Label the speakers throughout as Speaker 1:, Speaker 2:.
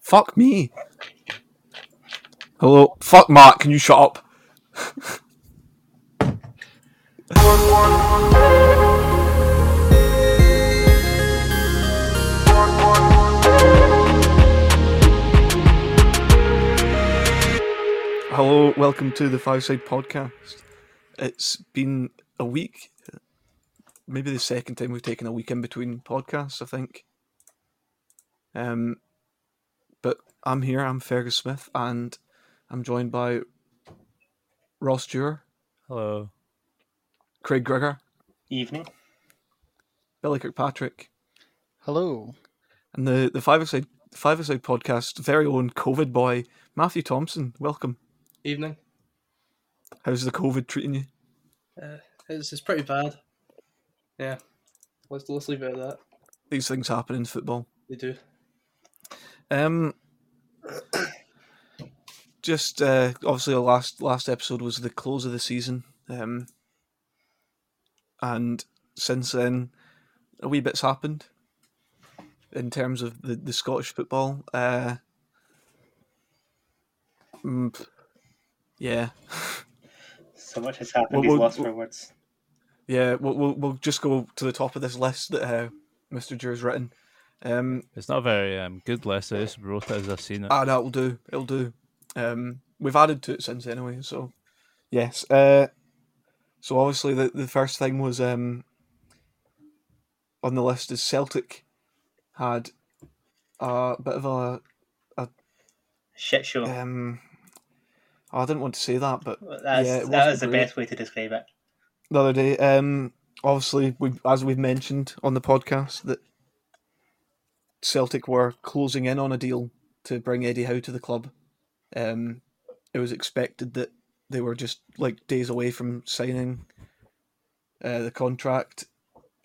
Speaker 1: Fuck me. Hello. Fuck Mark, can you shut up? Hello, welcome to the Five Side Podcast. It's been a week, maybe the second time we've taken a week in between podcasts, I think. Um, but I'm here, I'm Fergus Smith, and I'm joined by Ross Dewar,
Speaker 2: Hello.
Speaker 1: Craig Gregor,
Speaker 3: evening.
Speaker 1: Billy Kirkpatrick,
Speaker 4: Hello.
Speaker 1: and the, the Five Side Five Side Podcast very own COVID boy, Matthew Thompson. Welcome.
Speaker 3: Evening.
Speaker 1: How's the COVID treating you?
Speaker 3: It's, it's pretty bad. Yeah. Let's, let's leave it at that.
Speaker 1: These things happen in football.
Speaker 3: They do.
Speaker 1: Um, just uh, obviously, the last last episode was the close of the season, um, and since then, a wee bit's happened in terms of the, the Scottish football. Uh, mm, yeah,
Speaker 3: So much has happened.
Speaker 1: Well,
Speaker 3: He's
Speaker 1: well,
Speaker 3: lost
Speaker 1: well-
Speaker 3: for words.
Speaker 1: yeah. We'll, we'll we'll just go to the top of this list that uh, Mister Jur's written. Um,
Speaker 2: It's not a very um, good list. I just wrote it as I seen it.
Speaker 1: Ah, that will do. It'll do. Um, we've added to it since anyway. So, yes. Uh, so obviously the, the first thing was um, on the list is Celtic had a bit of a
Speaker 3: Shit show.
Speaker 1: um. oh, I didn't want to say that, but
Speaker 3: Well, That's,
Speaker 1: yeah, it
Speaker 3: that
Speaker 1: wasn't
Speaker 3: is the
Speaker 1: great.
Speaker 3: best way to describe it.
Speaker 1: the other day, um, obviously we as we've mentioned on the podcast that Celtic were closing in on a deal to bring Eddie Howe to the club. Um, it was expected that they were just like days away from signing uh, the contract,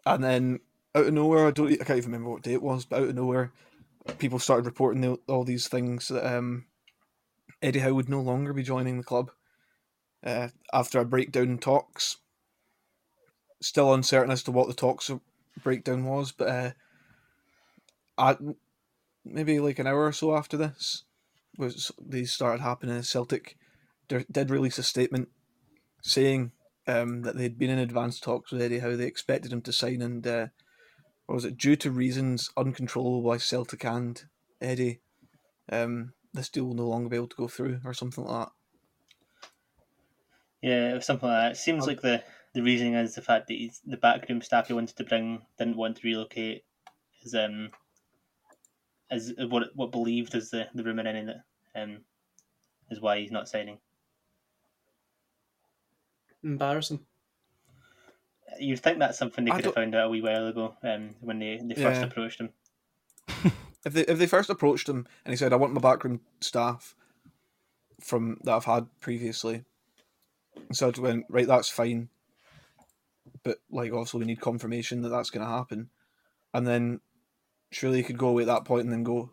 Speaker 1: and then out of nowhere, I don't, e, I can't even remember what day it was, but out of nowhere, people started reporting the, all these things that um, Eddie Howe would no longer be joining the club. Uh, after a breakdown in talks, still uncertain as to what the talks breakdown was, but uh, I, maybe like an hour or so after this was these started happening. Celtic d- did release a statement saying um, that they'd been in advanced talks with Eddie Howe. They expected him to sign, and uh, what was it due to reasons uncontrollable by Celtic and Eddie, um, this deal will no longer be able to go through, or something like that.
Speaker 3: Yeah, it was something like that. It seems
Speaker 1: Um,
Speaker 3: like the, the reasoning is the fact that he's, the backroom staff he wanted to bring didn't want to relocate. Is um, is what what believed is the the rumor in it. Um, is why he's not signing.
Speaker 5: Embarrassing.
Speaker 3: You'd think that's something they
Speaker 1: I
Speaker 3: could have found out a wee while ago. Um, when they, they first
Speaker 1: Yeah.
Speaker 3: approached him.
Speaker 1: If they if they first approached him and he said, "I want my backroom staff from that I've had previously," and so I went, "Right, that's fine," but like also we need confirmation that that's going to happen, and then surely he could go away at that point and then go,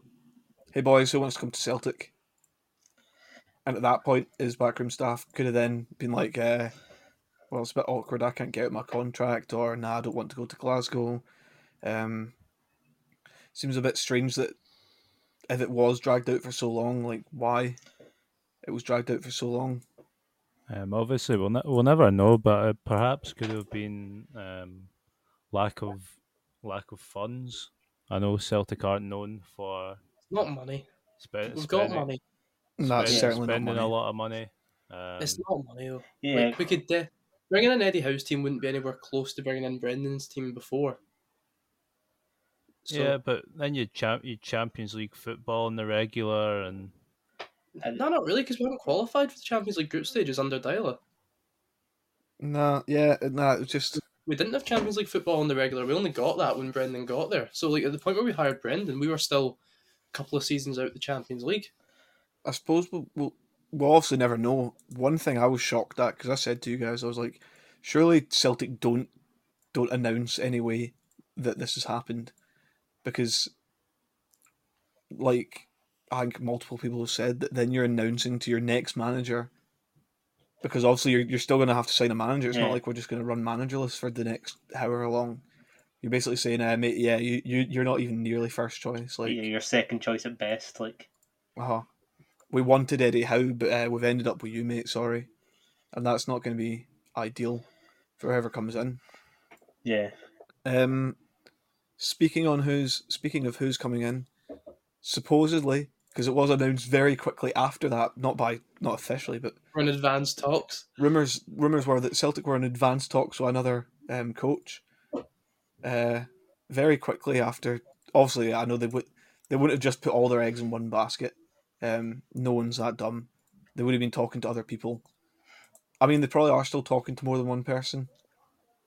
Speaker 1: "Hey boys, who wants to come to Celtic?" And at that point, his backroom staff could have then been like, uh, "Well, it's a bit awkward. I can't get out my contract," or "Nah, I don't want to go to Glasgow." Um, seems a bit strange that if it was dragged out for so long, like why it was dragged out for so long.
Speaker 2: Um, obviously, we'll, ne- we'll never know, but it perhaps could have been um, lack of lack of funds. I know Celtic aren't known for
Speaker 5: It's not money.
Speaker 2: spe-
Speaker 5: We've got
Speaker 2: spending,
Speaker 5: money.
Speaker 1: And that's
Speaker 2: spending,
Speaker 1: certainly not
Speaker 2: spending
Speaker 1: money.
Speaker 2: a lot of money. Um,
Speaker 5: It's not money though.
Speaker 3: Yeah,
Speaker 5: Like, we could de- bringing in Eddie Howe's team wouldn't be anywhere close to bringing in Brendan's team before. So,
Speaker 2: yeah, but then you champ you Champions League football in the regular, and
Speaker 5: No, not really, because we haven't qualified for the Champions League group stages under Dyla.
Speaker 1: Nah, yeah, nah. It was just
Speaker 5: We didn't have Champions League football in the regular. We only got that when Brendan got there. So, like at the point where we hired Brendan, we were still a couple of seasons out the Champions League.
Speaker 1: I suppose we'll, we'll, we'll obviously never know. One thing I was shocked at because I said to you guys, I was like, surely Celtic don't don't announce anyway that this has happened because, like, I think multiple people have said that then you're announcing to your next manager because obviously you're, you're still going to have to sign a manager. It's
Speaker 3: Yeah.
Speaker 1: not like we're just going to run managerless for the next however long. You're basically saying, uh, mate, yeah, you, you, you're not even nearly first choice. Like,
Speaker 3: yeah, your second choice at best. Like
Speaker 1: uh-huh. we wanted Eddie Howe, but uh, we've ended up with you, mate. Sorry, and that's not going to be ideal for whoever comes in.
Speaker 3: Yeah.
Speaker 1: Um, speaking on who's speaking of who's coming in, supposedly because it was announced very quickly after that, not by not officially, but
Speaker 5: We're in advanced talks.
Speaker 1: rumors rumors were that Celtic were in advanced talks with another um, coach. Uh, very quickly after, obviously, I know they would they wouldn't have just put all their eggs in one basket. Um, no one's that dumb. They would have been talking to other people. I mean, they probably are still talking to more than one person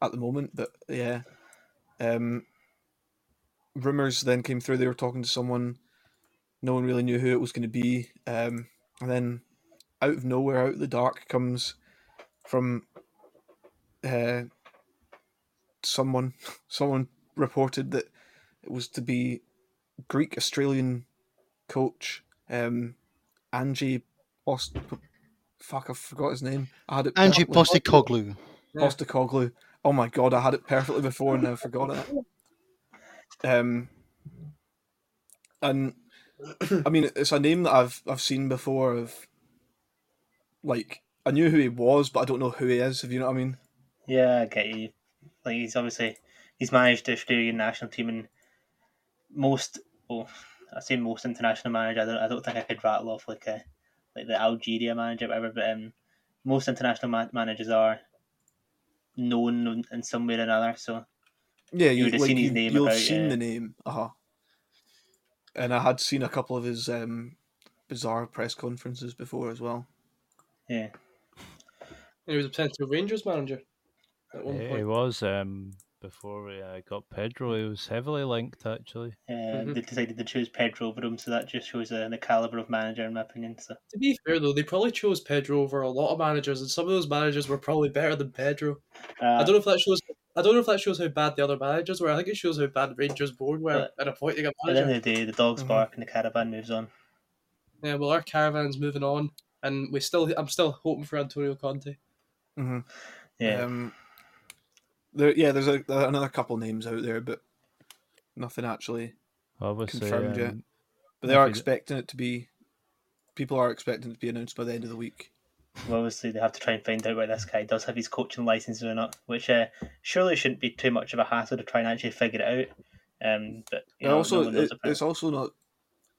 Speaker 1: at the moment, but yeah. Um, rumors then came through. They were talking to someone. No one really knew who it was going to be. Um, and then out of nowhere, out of the dark, comes from uh, someone. Someone reported that it was to be Greek Australian coach um, Angie Post. Fuck, I forgot his name. I had it.
Speaker 4: Angie
Speaker 1: perfectly.
Speaker 4: Posticoglu.
Speaker 5: Yeah.
Speaker 1: Postacoglu. Oh my god, I had it perfectly before and I forgot it. Um, and I mean, it's a name that I've I've seen before. Of like, I knew who he was, but I don't know who he is. If you know what I mean?
Speaker 3: Yeah, I get you. Like he's obviously he's managed the Australian national team and most well, I say most international manager. I don't I don't think I could rattle off like a like the Algeria manager, whatever. But um, most international ma- managers are known in some way or another. So
Speaker 1: Yeah, you,
Speaker 3: would've
Speaker 1: like,
Speaker 3: seen his
Speaker 1: you,
Speaker 3: name
Speaker 1: You'll
Speaker 3: about,
Speaker 1: have seen
Speaker 3: yeah.
Speaker 1: the name. Uh huh. And I had seen a couple of his um, bizarre press conferences before as well.
Speaker 3: yeah,
Speaker 5: He was a potential Rangers manager at one
Speaker 2: It,
Speaker 5: point.
Speaker 2: was um, before we uh, got Pedro. He was heavily linked actually.
Speaker 3: uh,
Speaker 5: Mhm.
Speaker 3: they decided to choose Pedro over him, so that just shows uh, the caliber of manager, in my opinion. So
Speaker 5: To be fair though, they probably chose Pedro over a lot of managers, and some of those managers were probably better than Pedro. I
Speaker 3: uh,
Speaker 5: don't know if that shows. I don't know if that shows how bad the other managers were. I think it shows how bad Rangers board were at appointing a
Speaker 3: at the end
Speaker 5: manager.
Speaker 3: of the day, the dogs
Speaker 5: Mm-hmm.
Speaker 1: Mhm.
Speaker 3: bark and the caravan moves on.
Speaker 5: Yeah, well, our caravan's moving on, and we still. I'm still hoping for Antonio Conte.
Speaker 1: hmm
Speaker 3: Yeah,
Speaker 1: Um, there, yeah, there's a, another couple names out there, but nothing actually
Speaker 2: Obviously,
Speaker 1: Confirmed, yeah.
Speaker 2: um,
Speaker 1: But they
Speaker 2: If
Speaker 1: are
Speaker 2: it-
Speaker 1: expecting it to be. People are expecting it to be announced by the end of the week.
Speaker 3: well, obviously they have to try and find out whether this guy does have his coaching license or not, which uh, surely shouldn't be too much of a hassle to try and actually figure it out. Um, but
Speaker 1: And
Speaker 3: you know, no
Speaker 1: also,
Speaker 3: one knows
Speaker 1: it,
Speaker 3: about
Speaker 1: it's also not.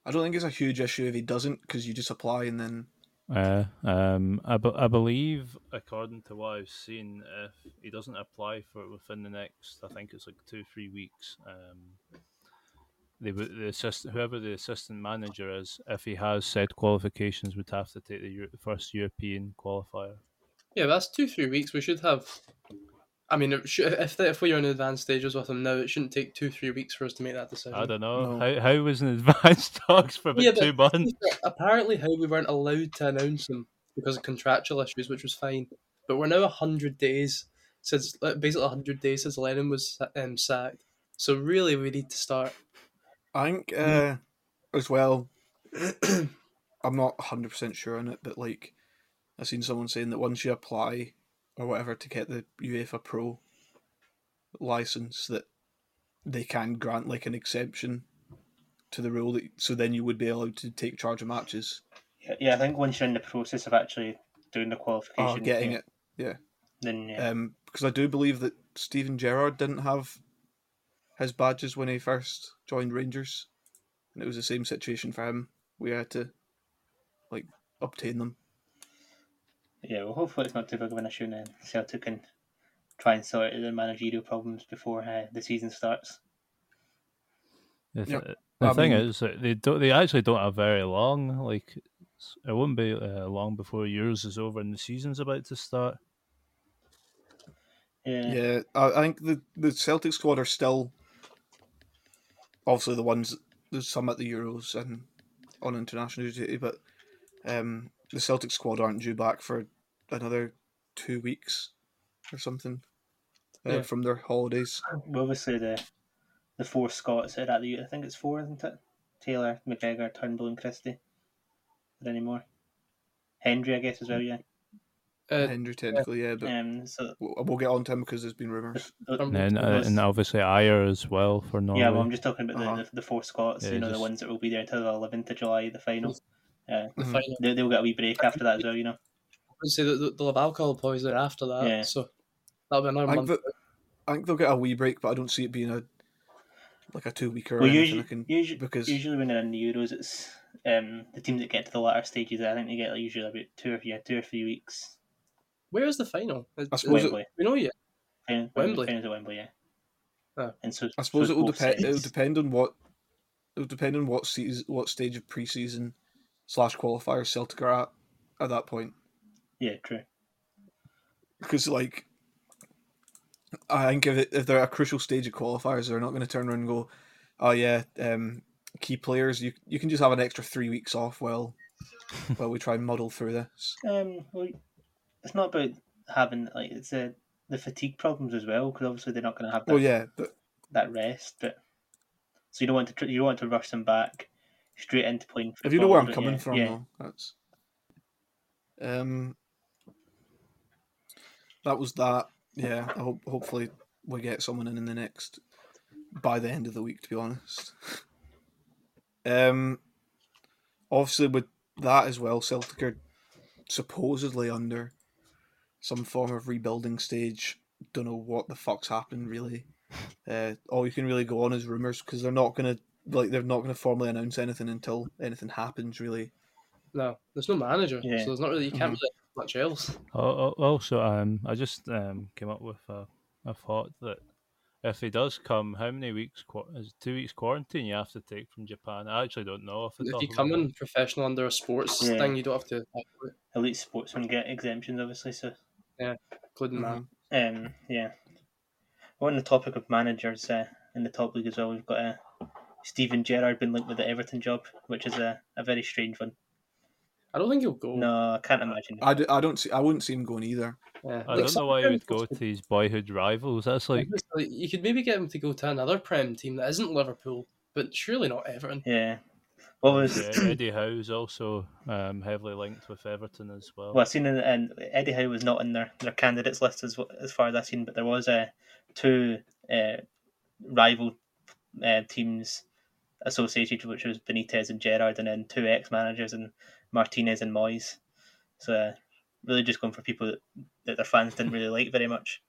Speaker 1: I don't think it's a huge issue if he doesn't, because you just apply and then.
Speaker 2: Uh, um, I, be- I believe, according to what I've seen, if he doesn't apply for it within the next, I think it's like two, three weeks. Um, they would the assistant, whoever the assistant manager is, if he has said qualifications, would have to take the Euro- first European qualifier.
Speaker 5: Yeah, that's two three weeks. We should have. I mean, it should, if they, if we are in advanced stages with them now, it shouldn't take two three weeks for us to make that decision.
Speaker 2: I don't know
Speaker 1: No.
Speaker 2: how how was in advance talks for about
Speaker 5: Uh, Yeah, but-
Speaker 2: two months.
Speaker 5: Apparently, how we weren't allowed to announce them because of contractual issues, which was fine. But we're now hundred days since basically hundred days since Lennon was um, sacked. So really, we need to start.
Speaker 1: I think uh, as well. I'm not 100 percent sure on it, but like, I've seen someone saying that once you apply or whatever to get the UEFA Pro license, that they can grant like an exemption to the rule that so then you would be allowed to take charge of matches
Speaker 3: Yeah, yeah, I think once you're in the process of actually doing the qualification,
Speaker 1: or Oh, getting
Speaker 3: yeah,
Speaker 1: it
Speaker 3: then yeah,
Speaker 1: Um, because I do believe that Stephen Gerrard didn't have his badges when he first joined Rangers, and it was the same situation for him. We had to like obtain them.
Speaker 3: yeah. Well, hopefully it's not too big of an issue, and then Celtic can try and sort out their managerial problems before uh, the season starts.
Speaker 2: uh, The, th- the
Speaker 1: I
Speaker 2: thing
Speaker 1: mean-
Speaker 2: is, that they don't. They actually don't have very long. Like, it's- it wouldn't be uh, long before yours is over and the season's about to start.
Speaker 3: Yeah,
Speaker 1: Yeah, I, I think the the Celtic squad are still obviously the ones. There's some at the Euros and on international duty, but um, the Celtic squad aren't due back for another two weeks or something uh,
Speaker 5: Yeah.
Speaker 1: from their holidays.
Speaker 3: Well, obviously the the four Scots that are at the I think it's four, isn't it? Taylor, McGregor, Turnbull, and Christie. Is there any more? Hendry, I guess, as well. Yeah.
Speaker 5: Uh,
Speaker 1: Hendry technically, yeah, but
Speaker 3: Um. So
Speaker 1: We'll, we'll get on to him because there's been rumours.
Speaker 2: And then, uh, and obviously Ayer as well for Norway.
Speaker 3: yeah, well, I'm just talking about the,
Speaker 1: Uh-huh.
Speaker 3: the, the four Scots.
Speaker 2: Yeah,
Speaker 3: you know, the
Speaker 2: just-
Speaker 3: ones that will be there until the 11th of July, the final. Uh,
Speaker 5: The
Speaker 2: Mm-hmm.
Speaker 1: Mhm.
Speaker 5: final.
Speaker 3: they, they'll get a wee break after that as well, you know.
Speaker 5: I would say that they'll have alcohol poisoning after that.
Speaker 3: Yeah.
Speaker 5: So that'll be another
Speaker 1: I think
Speaker 5: month.
Speaker 1: that- I think they'll get a wee break, but I don't see it being a like a two week or
Speaker 3: Well,
Speaker 1: anything. I
Speaker 3: usually,
Speaker 1: can,
Speaker 3: usually,
Speaker 1: because
Speaker 3: usually when they're in the Euros, it's um, the teams that get to the latter stages. I think they get like, usually about two or yeah, two or three weeks.
Speaker 5: Where is the final? Is-
Speaker 1: I
Speaker 5: is-
Speaker 1: suppose it-
Speaker 3: Wembley,
Speaker 5: we know yet.
Speaker 3: Fin-
Speaker 5: Wembley.
Speaker 3: finals at Wembley, yeah.
Speaker 5: Oh.
Speaker 3: And so
Speaker 1: I suppose
Speaker 3: so
Speaker 1: it will
Speaker 3: both
Speaker 1: depend. It will
Speaker 3: sides-
Speaker 1: depend on what it will depend on what season, what stage of preseason slash qualifier Celtic are at at that point.
Speaker 3: Yeah, true.
Speaker 1: Because like, I think if, it, if they're at a crucial stage of qualifiers, they're not going to turn around and go, "Oh yeah, um, key players, you you can just have an extra three weeks off." Well, while we try and muddle through this.
Speaker 3: Um, well, it's not about having like it's uh, the fatigue problems as well because obviously they're not going to have that,
Speaker 1: Well, yeah, but
Speaker 3: that rest. But so you don't want to tr- you don't want to rush them back straight into playing. Football,
Speaker 1: if you know where I'm
Speaker 3: don't
Speaker 1: coming
Speaker 3: you?
Speaker 1: from,
Speaker 3: yeah.
Speaker 1: though, that's um, that was that. Yeah, I hope hopefully we get someone in in the next by the end of the week. To be honest, um, obviously with that as well, Celtic are supposedly under some form of rebuilding stage. Don't know what the fuck's happened really. Uh, all you can really go on is rumors because they're not gonna like they're not gonna formally announce anything until anything happens really.
Speaker 5: No, there's no manager,
Speaker 3: Yeah.
Speaker 5: so there's not really you can't
Speaker 1: Mhm.
Speaker 2: Mm-hmm.
Speaker 5: really do much else.
Speaker 2: Al- al- Also, um, I just um, came up with a, a thought that if he does come, how many weeks qua- is it two weeks quarantine you have to take from Japan? I actually don't know. Off the
Speaker 5: If
Speaker 2: top
Speaker 5: you
Speaker 2: of my
Speaker 5: come
Speaker 2: head.
Speaker 5: in professional under a sports
Speaker 3: Yeah.
Speaker 5: thing, you don't have to,
Speaker 3: elite sportsmen get exemptions, obviously. So
Speaker 5: including that.
Speaker 2: Mm-hmm.
Speaker 3: Um, yeah. Well, on the topic of managers uh, in the top league as well, we've got uh, Stephen Gerrard been linked with the Everton job, which is a, a very strange one.
Speaker 5: I don't think he'll go.
Speaker 3: No, I can't imagine.
Speaker 1: Oh. I, d- I don't see I wouldn't see him going either.
Speaker 5: Yeah.
Speaker 2: I
Speaker 5: Like,
Speaker 2: don't know why he would go
Speaker 5: sometimes-
Speaker 2: to his boyhood rivals. That's like
Speaker 5: Like, you could maybe get him to go to another Prem team that isn't Liverpool, but surely not Everton.
Speaker 3: Yeah. What was?
Speaker 2: yeah, Eddie Howe's also um, heavily linked with Everton as well.
Speaker 3: Well, I've seen in, and Eddie Howe was not in their, their candidates list as w- as far as I've seen, but there was uh, two uh, rival uh, teams associated, which was Benitez and Gerrard, and then two ex managers and Martinez and Moyes. So uh, really just going for people that, that their fans didn't really like very much.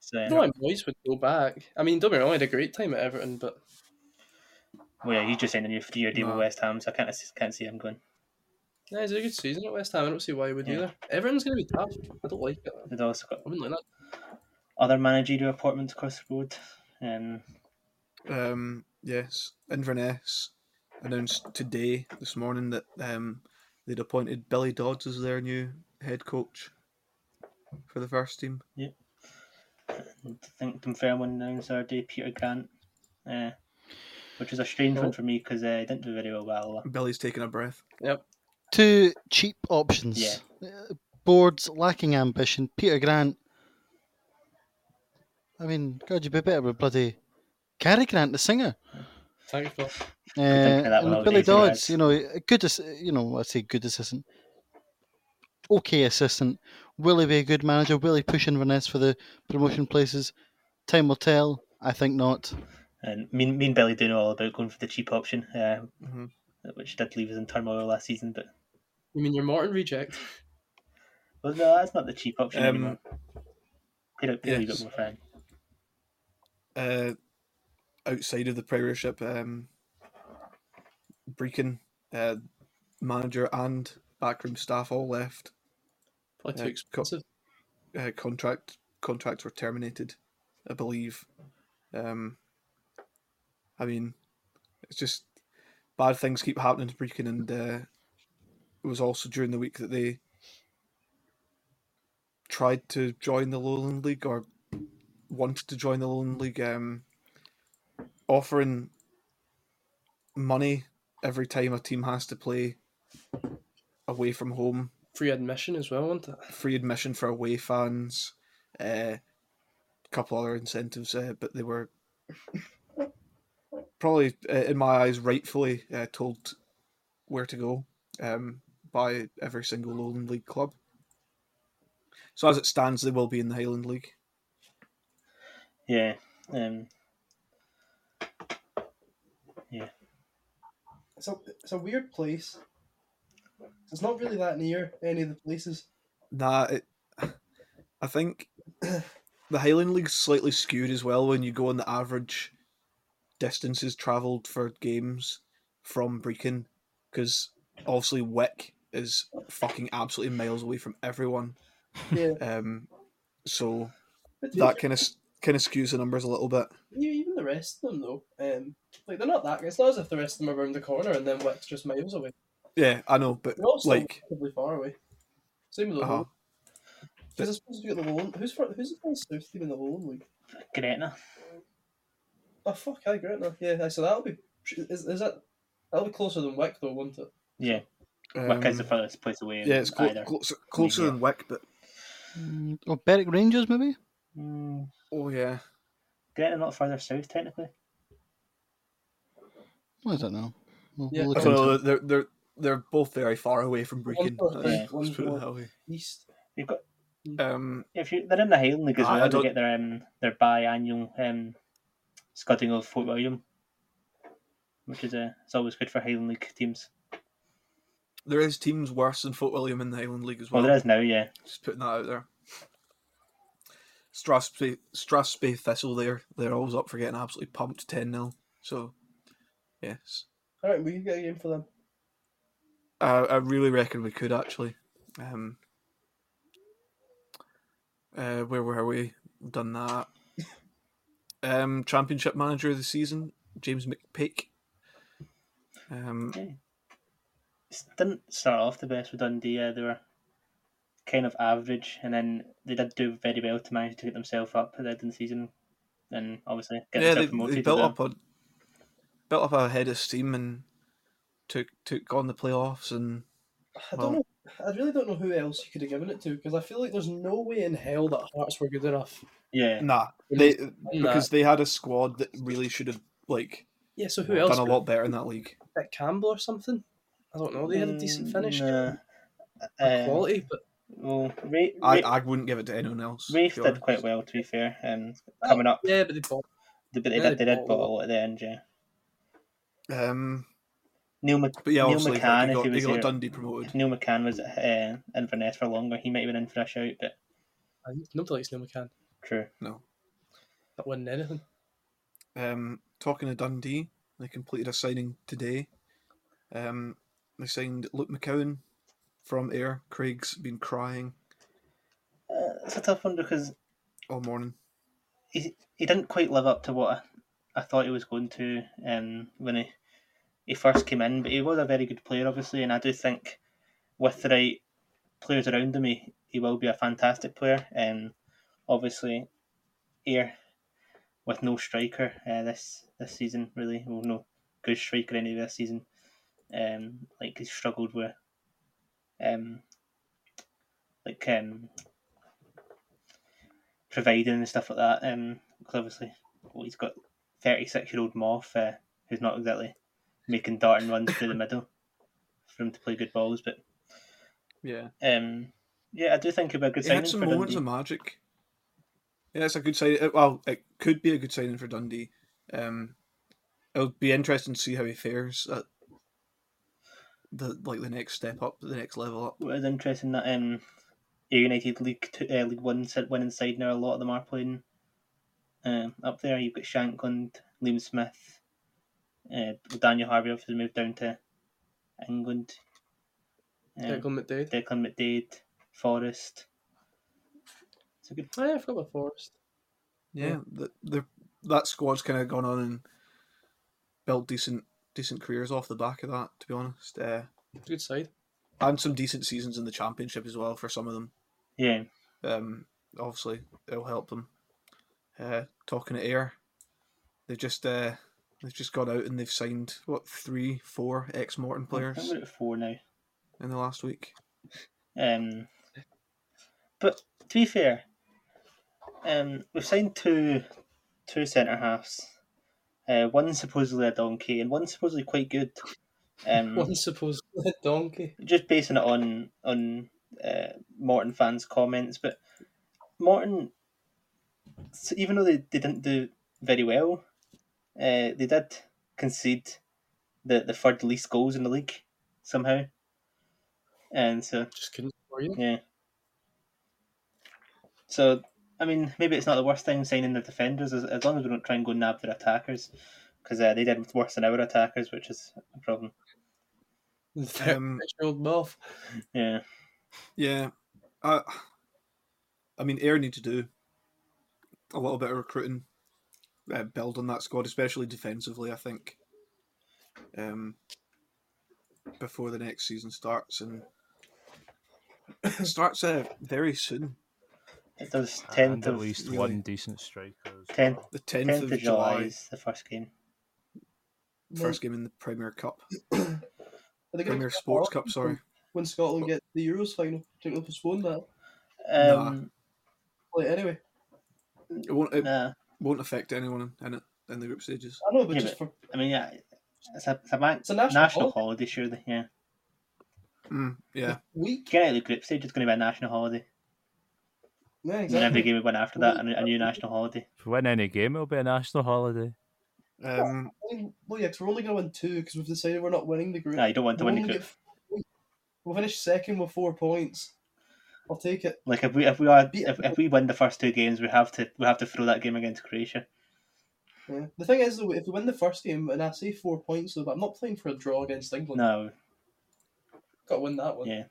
Speaker 3: So uh,
Speaker 5: I know Moyes would go back. I mean, don't be wrong, he had a great time at Everton, but
Speaker 3: well, yeah, you just signed a new three year deal
Speaker 1: No.
Speaker 3: with West Ham, so I can't can't see him going.
Speaker 5: yeah, he's had a good season at West Ham. I don't see why he would
Speaker 3: Yeah.
Speaker 5: either. Everton's going to be tough. I don't like it. I
Speaker 3: They've also got
Speaker 5: wouldn't like that.
Speaker 3: other managerial appointments across the road. Um,
Speaker 1: Um, yes, Inverness announced today this morning that um, they'd appointed Billy Dodds as their new head coach for the first team.
Speaker 3: I think Dunfermline announced the other day Peter Grant, uh, which was a strange
Speaker 1: Oh.
Speaker 3: one for me because uh, he didn't do very well. well
Speaker 1: Billy's taking a breath.
Speaker 4: Two cheap options. Uh, Boards lacking ambition. Peter Grant. I mean, God, you'd be better with bloody Cary Grant, the singer.
Speaker 5: Thanks, Bill.
Speaker 4: Uh,
Speaker 3: think of that one
Speaker 4: and Billy
Speaker 3: nowadays, you
Speaker 4: Dodds,
Speaker 3: guys.
Speaker 4: you know, a good, ass- you know, I say good assistant, okay assistant. Will he be a good manager? Will he push Inverness for the promotion places? Time will tell. I think not.
Speaker 3: and me, and- me and Billy do know all about going for the cheap option, uh,
Speaker 1: Mhm.
Speaker 3: which did leave us in turmoil last season. But
Speaker 5: You mean your Morton reject?
Speaker 3: well, no, that's not the cheap option
Speaker 1: Um,
Speaker 3: anymore. Peter, Peter you got
Speaker 1: yes.
Speaker 3: more friend.
Speaker 1: uh, outside of the Premiership, um, Brecon, uh, manager and backroom staff all left.
Speaker 5: Probably
Speaker 1: Yeah,
Speaker 5: too
Speaker 1: co-
Speaker 5: expensive.
Speaker 1: Uh, contract contracts were terminated, I believe. Um, I mean, it's just bad things keep happening to Brecon, and uh, it was also during the week that they tried to join the Lowland League or wanted to join the Lowland League, um, offering money every time a team has to play away from home,
Speaker 5: Free admission as well, wasn't it?
Speaker 1: free admission for away fans, a couple other incentives, uh, but they were probably, uh, in my eyes, rightfully uh, told where to go um, by every single Lowland League club. So as it stands, they will be in the Highland League.
Speaker 3: Yeah. Um,
Speaker 5: It's a, it's a weird place. It's not really that near any of the places.
Speaker 1: Nah, it, I think the Highland League's slightly skewed as well when you go on the average distances travelled for games from Brecon, because obviously Wick is fucking absolutely miles away from everyone.
Speaker 5: Yeah.
Speaker 1: Um, so
Speaker 5: But
Speaker 1: that kind of kind of skews the numbers a little bit.
Speaker 5: Yeah, even the rest of them though, um, like they're not that. It's not as if the rest of them are around the corner and then Wick's just miles away.
Speaker 1: Yeah, I know, but
Speaker 5: They're all still
Speaker 1: like,
Speaker 5: relatively far away. Same with the
Speaker 1: uh-huh.
Speaker 5: Lowland. Because I suppose you got the Lowland. Who's for, who's the first South team in the Lowland League?
Speaker 3: Gretna.
Speaker 5: Oh fuck, I agree now. Yeah, so that'll be is, is that that'll be closer than Wick though, won't it?
Speaker 3: Yeah, Wick is the
Speaker 1: um,
Speaker 3: furthest place away.
Speaker 1: yeah, it's clo-
Speaker 3: either.
Speaker 1: closer, closer than Wick, but
Speaker 4: Mm, or Berwick Rangers, maybe?
Speaker 3: Mm,
Speaker 1: oh yeah,
Speaker 3: Gretna not further south technically.
Speaker 4: I don't know. We'll,
Speaker 5: Yeah.
Speaker 4: we'll
Speaker 1: I
Speaker 4: look
Speaker 1: don't
Speaker 4: into
Speaker 1: know.
Speaker 4: it.
Speaker 1: They're they're they're both very far away from Brecon.
Speaker 5: One's north,
Speaker 1: Let's-
Speaker 5: one's
Speaker 1: let's put it
Speaker 5: north.
Speaker 1: that way.
Speaker 5: East.
Speaker 3: They've got
Speaker 1: Um,
Speaker 3: if you they're in the Highland League as
Speaker 1: Aye, Ah, I
Speaker 3: well. They
Speaker 1: don't-
Speaker 3: get their um their biannual um scudding of Fort William, which is uh, it's always good for Highland League teams.
Speaker 1: there is teams worse than Fort William in the Highland League as
Speaker 3: Well,
Speaker 1: well.
Speaker 3: Oh, there is now, yeah.
Speaker 1: Just putting that out there. Strathspey, Strathspey Thistle, there they're always up for getting absolutely pumped ten 0 So, yes,
Speaker 5: All right, we can get a game for them.
Speaker 1: I, I really reckon we could actually. Um, uh, where were we? Done that. Um, championship manager of the season, James McPake. Um,
Speaker 3: yeah. It didn't start off the best with Dundee. Uh, they were kind of average, and then they did do very well to manage to get themselves up at the end of the season, and obviously get
Speaker 1: yeah, they,
Speaker 3: themselves
Speaker 1: they
Speaker 3: promoted.
Speaker 1: built
Speaker 3: as
Speaker 1: up a built up a head of steam and took took on the playoffs and
Speaker 5: I don't
Speaker 1: Well-
Speaker 5: know. I really don't know who else you could have given it to because I feel like there's no way in hell that Hearts were good enough.
Speaker 3: yeah,
Speaker 1: nah they
Speaker 5: Nah.
Speaker 1: because they had a squad that really should have like
Speaker 5: Yeah, so who
Speaker 1: done
Speaker 5: else?
Speaker 1: a lot better in that league.
Speaker 5: Nick Campbell or something. I don't know. They had a decent finish,
Speaker 3: Mm, nah.
Speaker 5: Not
Speaker 3: Um,
Speaker 5: quality, but
Speaker 3: well, Ra-
Speaker 1: I,
Speaker 3: Ra-
Speaker 1: I wouldn't give it to anyone else. to
Speaker 3: Rafe
Speaker 1: be
Speaker 3: did
Speaker 1: honest.
Speaker 3: quite well, to be fair. Um, coming up,
Speaker 5: yeah, but they bought.
Speaker 3: they, but they,
Speaker 5: yeah,
Speaker 3: did, they
Speaker 5: they
Speaker 3: did
Speaker 5: bought a
Speaker 3: bottle at the end. Yeah,
Speaker 1: Um,
Speaker 3: Neil, Mc-
Speaker 1: but yeah,
Speaker 3: Neil
Speaker 1: obviously
Speaker 3: McCann,
Speaker 1: they
Speaker 3: if
Speaker 1: got,
Speaker 3: he
Speaker 1: they
Speaker 3: was
Speaker 1: got
Speaker 3: here,
Speaker 1: Dundee promoted.
Speaker 3: Neil McCann was at uh, Inverness for longer. He might have been in for a shout, but
Speaker 5: Nobody likes Neil McCann.
Speaker 3: true.
Speaker 5: That wasn't anything.
Speaker 1: Um, talking to Dundee, they completed a signing today. Um, they signed Luke McCowan from Air. Craig's been crying
Speaker 3: Uh, it's a tough one because
Speaker 1: all morning.
Speaker 3: he he didn't quite live up to what I, I thought he was going to um, when he he first came in, but he was a very good player, obviously, and I do think with the right players around him, he, he will be a fantastic player. Um, obviously, here with no striker uh, this this season, really, well, no good striker any this season. Um, like he struggled with, um, like um, providing and stuff like that. Um, 'cause obviously, well, he's got thirty-six-year-old Moff, uh, who's not exactly making darting runs through the middle for him to play good balls. But
Speaker 1: Yeah,
Speaker 3: um, yeah, I do think it'd be a good
Speaker 1: he had
Speaker 3: signing
Speaker 1: some
Speaker 3: for
Speaker 1: moments
Speaker 3: Dundee.
Speaker 1: of magic. Yeah, it's a good sign. Well, it could be a good signing for Dundee. Um, it'll be interesting to see how he fares at the like the next step up, the next level up.
Speaker 3: It was interesting that um, Air United League two, uh, League One sit winning side now. A lot of them are playing um, up there. You've got Shankland, Liam Smith, uh, Daniel Harvey obviously moved down to England. Um,
Speaker 5: Declan McDade.
Speaker 3: Declan McDade, Forrest. It's a good
Speaker 5: Oh, yeah, I forgot about Forest.
Speaker 1: yeah, th the, that squad's kind of gone on and built decent decent careers off the back of that. To be honest, uh,
Speaker 5: It's a good side.
Speaker 1: and some decent seasons in the championship as well for some of them.
Speaker 3: yeah.
Speaker 1: Um, obviously, it'll help them. Uh, talking to air, they've just uh, they've just gone out and they've signed what three, four ex Morton
Speaker 3: I think
Speaker 1: players
Speaker 3: we're at four now.
Speaker 1: in the last week.
Speaker 3: Um, but to be fair, um, we've signed two two centre halves. Uh, one supposedly a donkey and one supposedly quite good. Um,
Speaker 5: One supposed donkey.
Speaker 3: just basing it on on uh, Morton fans' comments, but Morton, s- even though they, they didn't do very well, uh, they did concede the the third least goals in the league somehow. and so
Speaker 5: Just couldn't for you.
Speaker 3: yeah. So I mean, maybe it's not the worst time signing the defenders as, as long as we don't try and go nab their attackers because uh, they did worse than our attackers, which is a problem.
Speaker 1: Um,
Speaker 5: old mouth.
Speaker 3: Yeah,
Speaker 1: Yeah, I, I mean, Air need to do a little bit of recruiting, uh, build on that squad, especially defensively. I think, um, before the next season starts and it starts uh, very soon,
Speaker 3: it does.
Speaker 2: and
Speaker 3: Tenth
Speaker 2: at
Speaker 3: of
Speaker 2: least
Speaker 1: really-
Speaker 2: one decent striker. as
Speaker 3: Ten-
Speaker 2: well.
Speaker 1: the tenth
Speaker 3: tenth
Speaker 1: of
Speaker 3: of July
Speaker 1: July,
Speaker 3: is the first game.
Speaker 1: first game in the Premier Cup,
Speaker 5: Are they gonna
Speaker 1: Premier
Speaker 5: cut
Speaker 1: Sports
Speaker 5: off
Speaker 1: Cup. Sorry,
Speaker 5: When Scotland get the Euros final, do you think they'll postpone that?
Speaker 3: Um,
Speaker 5: Like, anyway,
Speaker 1: it won't it
Speaker 3: nah.
Speaker 1: won't affect anyone in it in the group stages.
Speaker 5: I know, but
Speaker 3: Yeah,
Speaker 5: just for
Speaker 3: I mean, yeah, it's a, it's a, bank,
Speaker 5: It's a national holiday.
Speaker 3: holiday, surely. Yeah,
Speaker 1: Mm, yeah,
Speaker 5: week.
Speaker 3: get out of the group stage. It's going to be a national holiday.
Speaker 5: Yeah,
Speaker 3: And then every
Speaker 5: exactly.
Speaker 3: game we win after that, and a new national holiday.
Speaker 2: If we win any game, it'll be a national holiday.
Speaker 1: um,
Speaker 5: I mean, well, yeah, 'cause we're only going to win two because we've decided we're not winning the group.
Speaker 3: No, you don't want to
Speaker 5: We'll
Speaker 3: win the
Speaker 5: only
Speaker 3: group.
Speaker 5: get four- We'll finish second with four points. I'll take it.
Speaker 3: Like if we if we are if, if we win the first two games, we have to we have to throw that game against Croatia.
Speaker 5: Yeah. The thing is, though, if we win the first game, and I say four points, though, but I'm not playing for a draw against England.
Speaker 3: No,
Speaker 5: Got to win that one.
Speaker 3: Yeah.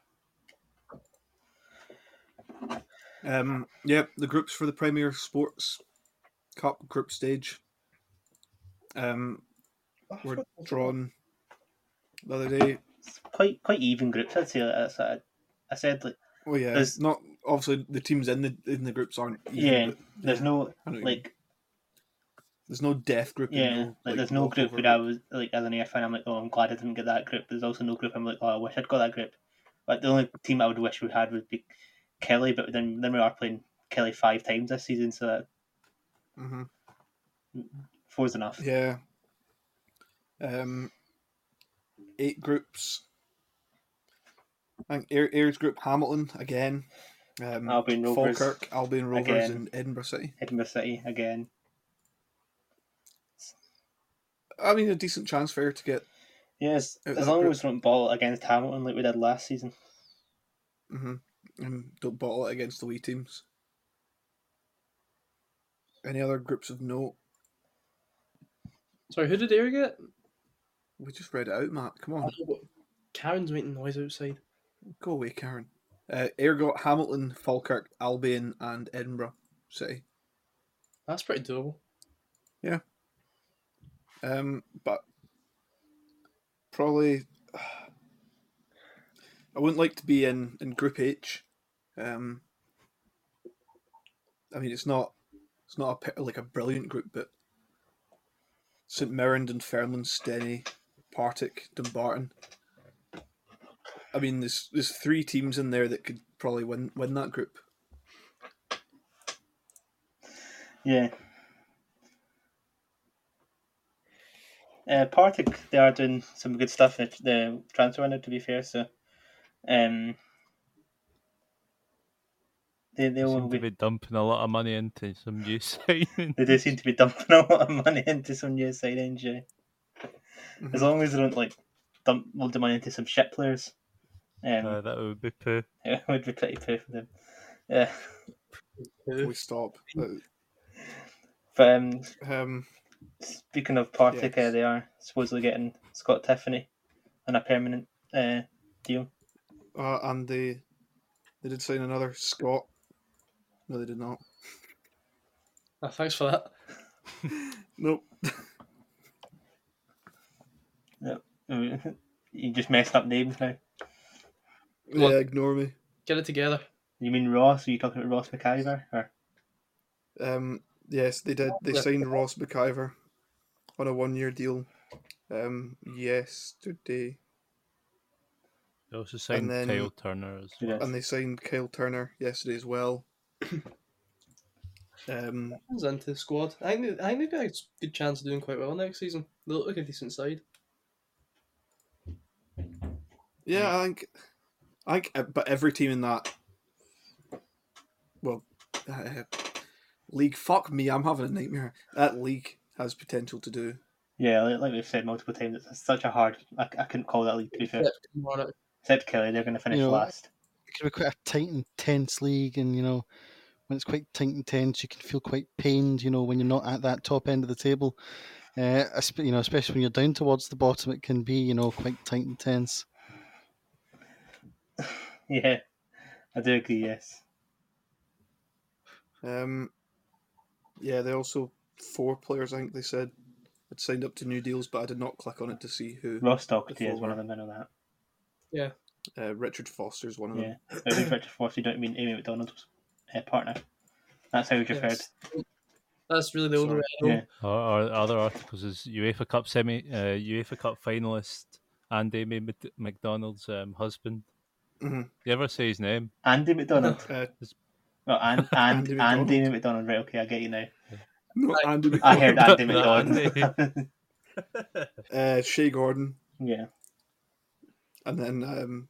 Speaker 1: Um, yeah, the groups for the Premier Sports Cup group stage um,
Speaker 5: Ah,
Speaker 1: were
Speaker 5: fuck.
Speaker 1: drawn the other day.
Speaker 3: it's quite quite even groups. I'd say that's what I, I said like
Speaker 1: Oh yeah,
Speaker 3: There's-
Speaker 1: not obviously the teams in the in the groups aren't. even,
Speaker 3: yeah.
Speaker 1: but
Speaker 3: There's no
Speaker 1: I know what you mean.
Speaker 3: like
Speaker 1: there's no death group. and
Speaker 3: yeah
Speaker 1: no,
Speaker 3: like, there's no group
Speaker 1: walkover
Speaker 3: where I was like as an air fan, I'm like oh I'm glad I didn't get that group. There's also no group I'm like oh I wish I'd got that group. Like the only team I would wish we had would be Kelly, but then then we are playing Kelly five times this season, so that
Speaker 1: Mhm.
Speaker 3: four's enough.
Speaker 1: Yeah. Um, eight groups. I think Ayr- Ayres group Hamilton again. Um,
Speaker 3: Albion Rovers
Speaker 1: Falkirk, Albion Rovers,
Speaker 3: again.
Speaker 1: and Edinburgh City.
Speaker 3: Edinburgh City again.
Speaker 1: I mean, a decent transfer to get.
Speaker 3: Yes,
Speaker 1: Out
Speaker 3: as
Speaker 1: that
Speaker 3: long
Speaker 1: group.
Speaker 3: as we don't ball against Hamilton like we did last season.
Speaker 1: hmm And don't bottle it against the wee teams. Any other groups of note?
Speaker 5: Sorry, who did Air get?
Speaker 1: We just read it out, Matt. Come
Speaker 5: I
Speaker 1: on,
Speaker 5: don't know, but Karen's making noise outside.
Speaker 1: go away, Karen. Uh, Ayr got Hamilton, Falkirk, Albion, and Edinburgh City.
Speaker 5: That's pretty doable.
Speaker 1: Um, but probably, I wouldn't like to be in in Group H. Um, I mean, it's not it's not a, pe- like a brilliant group, but St Mirren, Dunfermline, Steny, Partick, Dumbarton. I mean, there's there's three teams in there that could probably win win that group.
Speaker 3: Yeah. Uh, Partick, they are doing some good stuff at the transfer window. To be fair, so um, they they
Speaker 2: They
Speaker 3: will
Speaker 2: seem to
Speaker 3: be,
Speaker 2: be dumping a lot of money into some new signings.
Speaker 3: they do seem to be dumping a lot of money into some new signings. Yeah.
Speaker 1: Mhm.
Speaker 2: Mm-hmm.
Speaker 3: As long as they don't like dump loads of money into some shit players, um,
Speaker 2: Uh, that would be poo.
Speaker 3: it would be pretty poor for them. Yeah,
Speaker 1: Can we stop? Uh,
Speaker 3: but um,
Speaker 1: Um,
Speaker 3: Speaking of Partick, uh,
Speaker 1: Yes.
Speaker 3: they are supposedly getting Scott Tiffany on a permanent uh, deal.
Speaker 1: uh, and they they did sign another Scot. No, they did not.
Speaker 5: Ah, thanks for that.
Speaker 1: Nope.
Speaker 3: you just messing up names now.
Speaker 1: Yeah, ignore me.
Speaker 5: Get it together.
Speaker 3: You mean Ross? Are you talking about Ross McIver? Or
Speaker 1: Um, yes, they did. They
Speaker 5: Yeah.
Speaker 1: signed Ross McIver on a one-year deal. Um, yesterday,
Speaker 2: They also signed
Speaker 1: then-
Speaker 2: Kyle Turner as well.
Speaker 3: Yeah.
Speaker 1: and they signed Kyle Turner yesterday as well. um,
Speaker 5: Turns into the squad. I think, they- I think they've got a good chance of doing quite well next season. They look like a decent side.
Speaker 1: yeah, I think, I think, uh, but every team in that, well, uh, league. Fuck me, I'm having a nightmare. That league has potential to do
Speaker 3: yeah, like, like we've said multiple times, it's such a hard. I, I couldn't call that league to be fair.
Speaker 5: Except Kilmarnock.
Speaker 3: Except Kelly, they're going to finish
Speaker 4: You know,
Speaker 3: last.
Speaker 4: It can be quite a tight and tense league, and you know, when it's quite tight and tense, you can feel quite pained. You know, when you're not at that top end of the table, uh, esp- you know, especially when you're down towards the bottom, it can be you know quite tight and tense.
Speaker 3: Yeah, I do agree. Yes.
Speaker 1: Um, yeah, they also four players. I think they said had signed up to new deals, but I did not click on it to see who.
Speaker 3: Ross Doherty is
Speaker 1: Before-
Speaker 3: one of them, I know that.
Speaker 1: Uh, Richard Foster's one of them.
Speaker 3: Yeah. But with Richard Forster, you don't mean Amy McDonald's uh, partner. That's how he's referred.
Speaker 5: Yes. That's really the only
Speaker 1: Sorry.
Speaker 5: way I know.
Speaker 3: Yeah.
Speaker 2: Our, our other articles is UEFA Cup semi, uh, UEFA Cup finalist Andy Mc- McDonald's um, husband.
Speaker 1: Mhm.
Speaker 2: You ever say his name?
Speaker 3: Andy McDonald.
Speaker 1: Uh,
Speaker 3: Well, and, and,
Speaker 1: Andy
Speaker 3: Andy,
Speaker 1: McDonald.
Speaker 3: McDonald. Right, okay, I get you now.
Speaker 1: no, Andy
Speaker 3: I heard
Speaker 1: McDonald.
Speaker 3: Andy
Speaker 2: That
Speaker 3: McDonald.
Speaker 1: Uh, Shea Gordon,
Speaker 3: yeah.
Speaker 1: and then um,